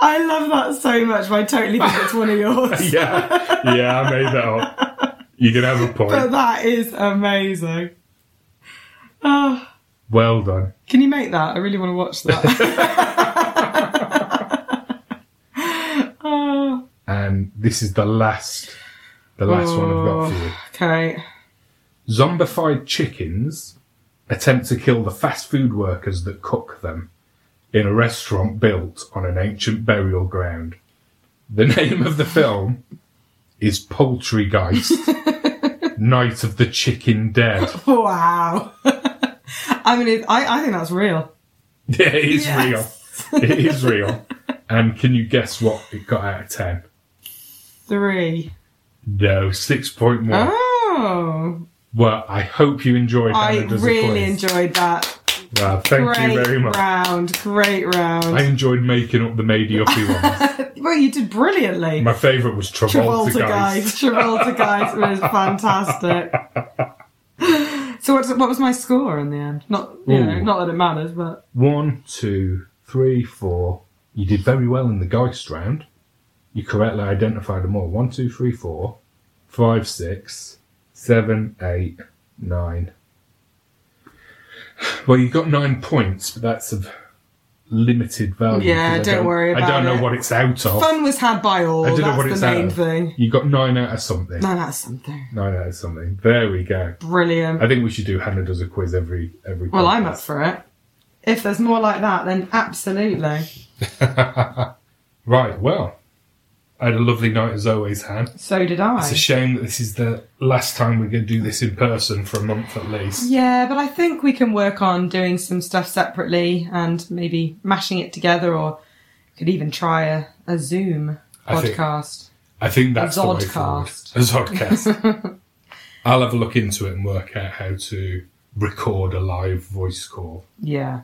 S3: I love that so much. But I totally think it's one of yours.
S4: yeah, yeah, I made that up. You can have a
S3: But
S4: point.
S3: that is amazing. Oh,
S4: Well done.
S3: can you make that? I really want to watch that. oh,
S4: And this is the last, the last one I've
S3: Oh.
S4: got for you.
S3: okay.
S4: Zombified chickens attempt to kill the fast food workers that cook them in a restaurant built on an ancient burial ground. The name of the film is Poultrygeist, Night of the Chicken Dead.
S3: Wow. I mean, it, I, I think that's real.
S4: Yeah, it is
S3: Yes.
S4: real. It is real. And can you guess what it got out of 10?
S3: Three.
S4: No, 6.1.
S3: Oh,
S4: Well, I hope you enjoyed
S3: I
S4: Hannah Does a
S3: really
S4: Quiz.
S3: enjoyed that.
S4: Well, thank
S3: Great
S4: you very much.
S3: round. Great round.
S4: I enjoyed making up the Mady Uppy ones.
S3: well, you did brilliantly.
S4: My favourite was Travolta,
S3: Travolta guys.
S4: guys.
S3: Travolta guys was fantastic. so what, what was my score in the end? Not you know,
S4: Ooh.
S3: not that it matters, but
S4: One, two, three, four. You did very well in the Geist round. You correctly identified them all. One, two, three, four, five, six, seven, eight, nine. Well, you got nine points, but that's of limited value.
S3: Yeah,
S4: 'cause I
S3: don't worry
S4: I don't
S3: about
S4: know
S3: it.
S4: what it's out of.
S3: fun was had by all.
S4: I don't
S3: That's
S4: know what
S3: the
S4: it's out
S3: main
S4: of.
S3: thing.
S4: You got nine out of something.
S3: No, that's something
S4: Nine out of something. There we go.
S3: brilliant.
S4: I think we should do Hannah does a quiz every every.
S3: well, I'm
S4: podcast.
S3: up for it. If there's more like that, then absolutely.
S4: Right, well, I had a lovely night as always, Han.
S3: So did I.
S4: It's a shame that this is the last time we're going to do this in person for a month at least.
S3: yeah, but I think we can work on doing some stuff separately and maybe mashing it together, or we could even try a, a Zoom
S4: I think-
S3: podcast.
S4: I think that's the way forward.
S3: Zodcast.
S4: A Zodcast. I'll have a look into it and work out how to record a live voice call.
S3: Yeah,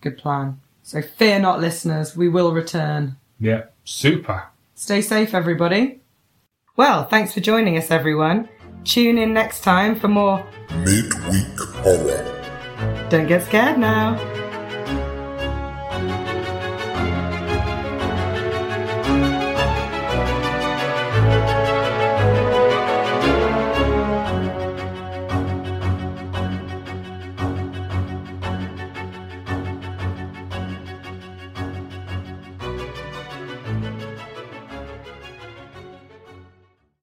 S3: good plan. So fear not, listeners. We will return.
S4: Yeah, super.
S3: Stay safe, everybody. Well, thanks for joining us, everyone. Tune in next time for more.
S2: Midweek Horror.
S3: Don't get scared now.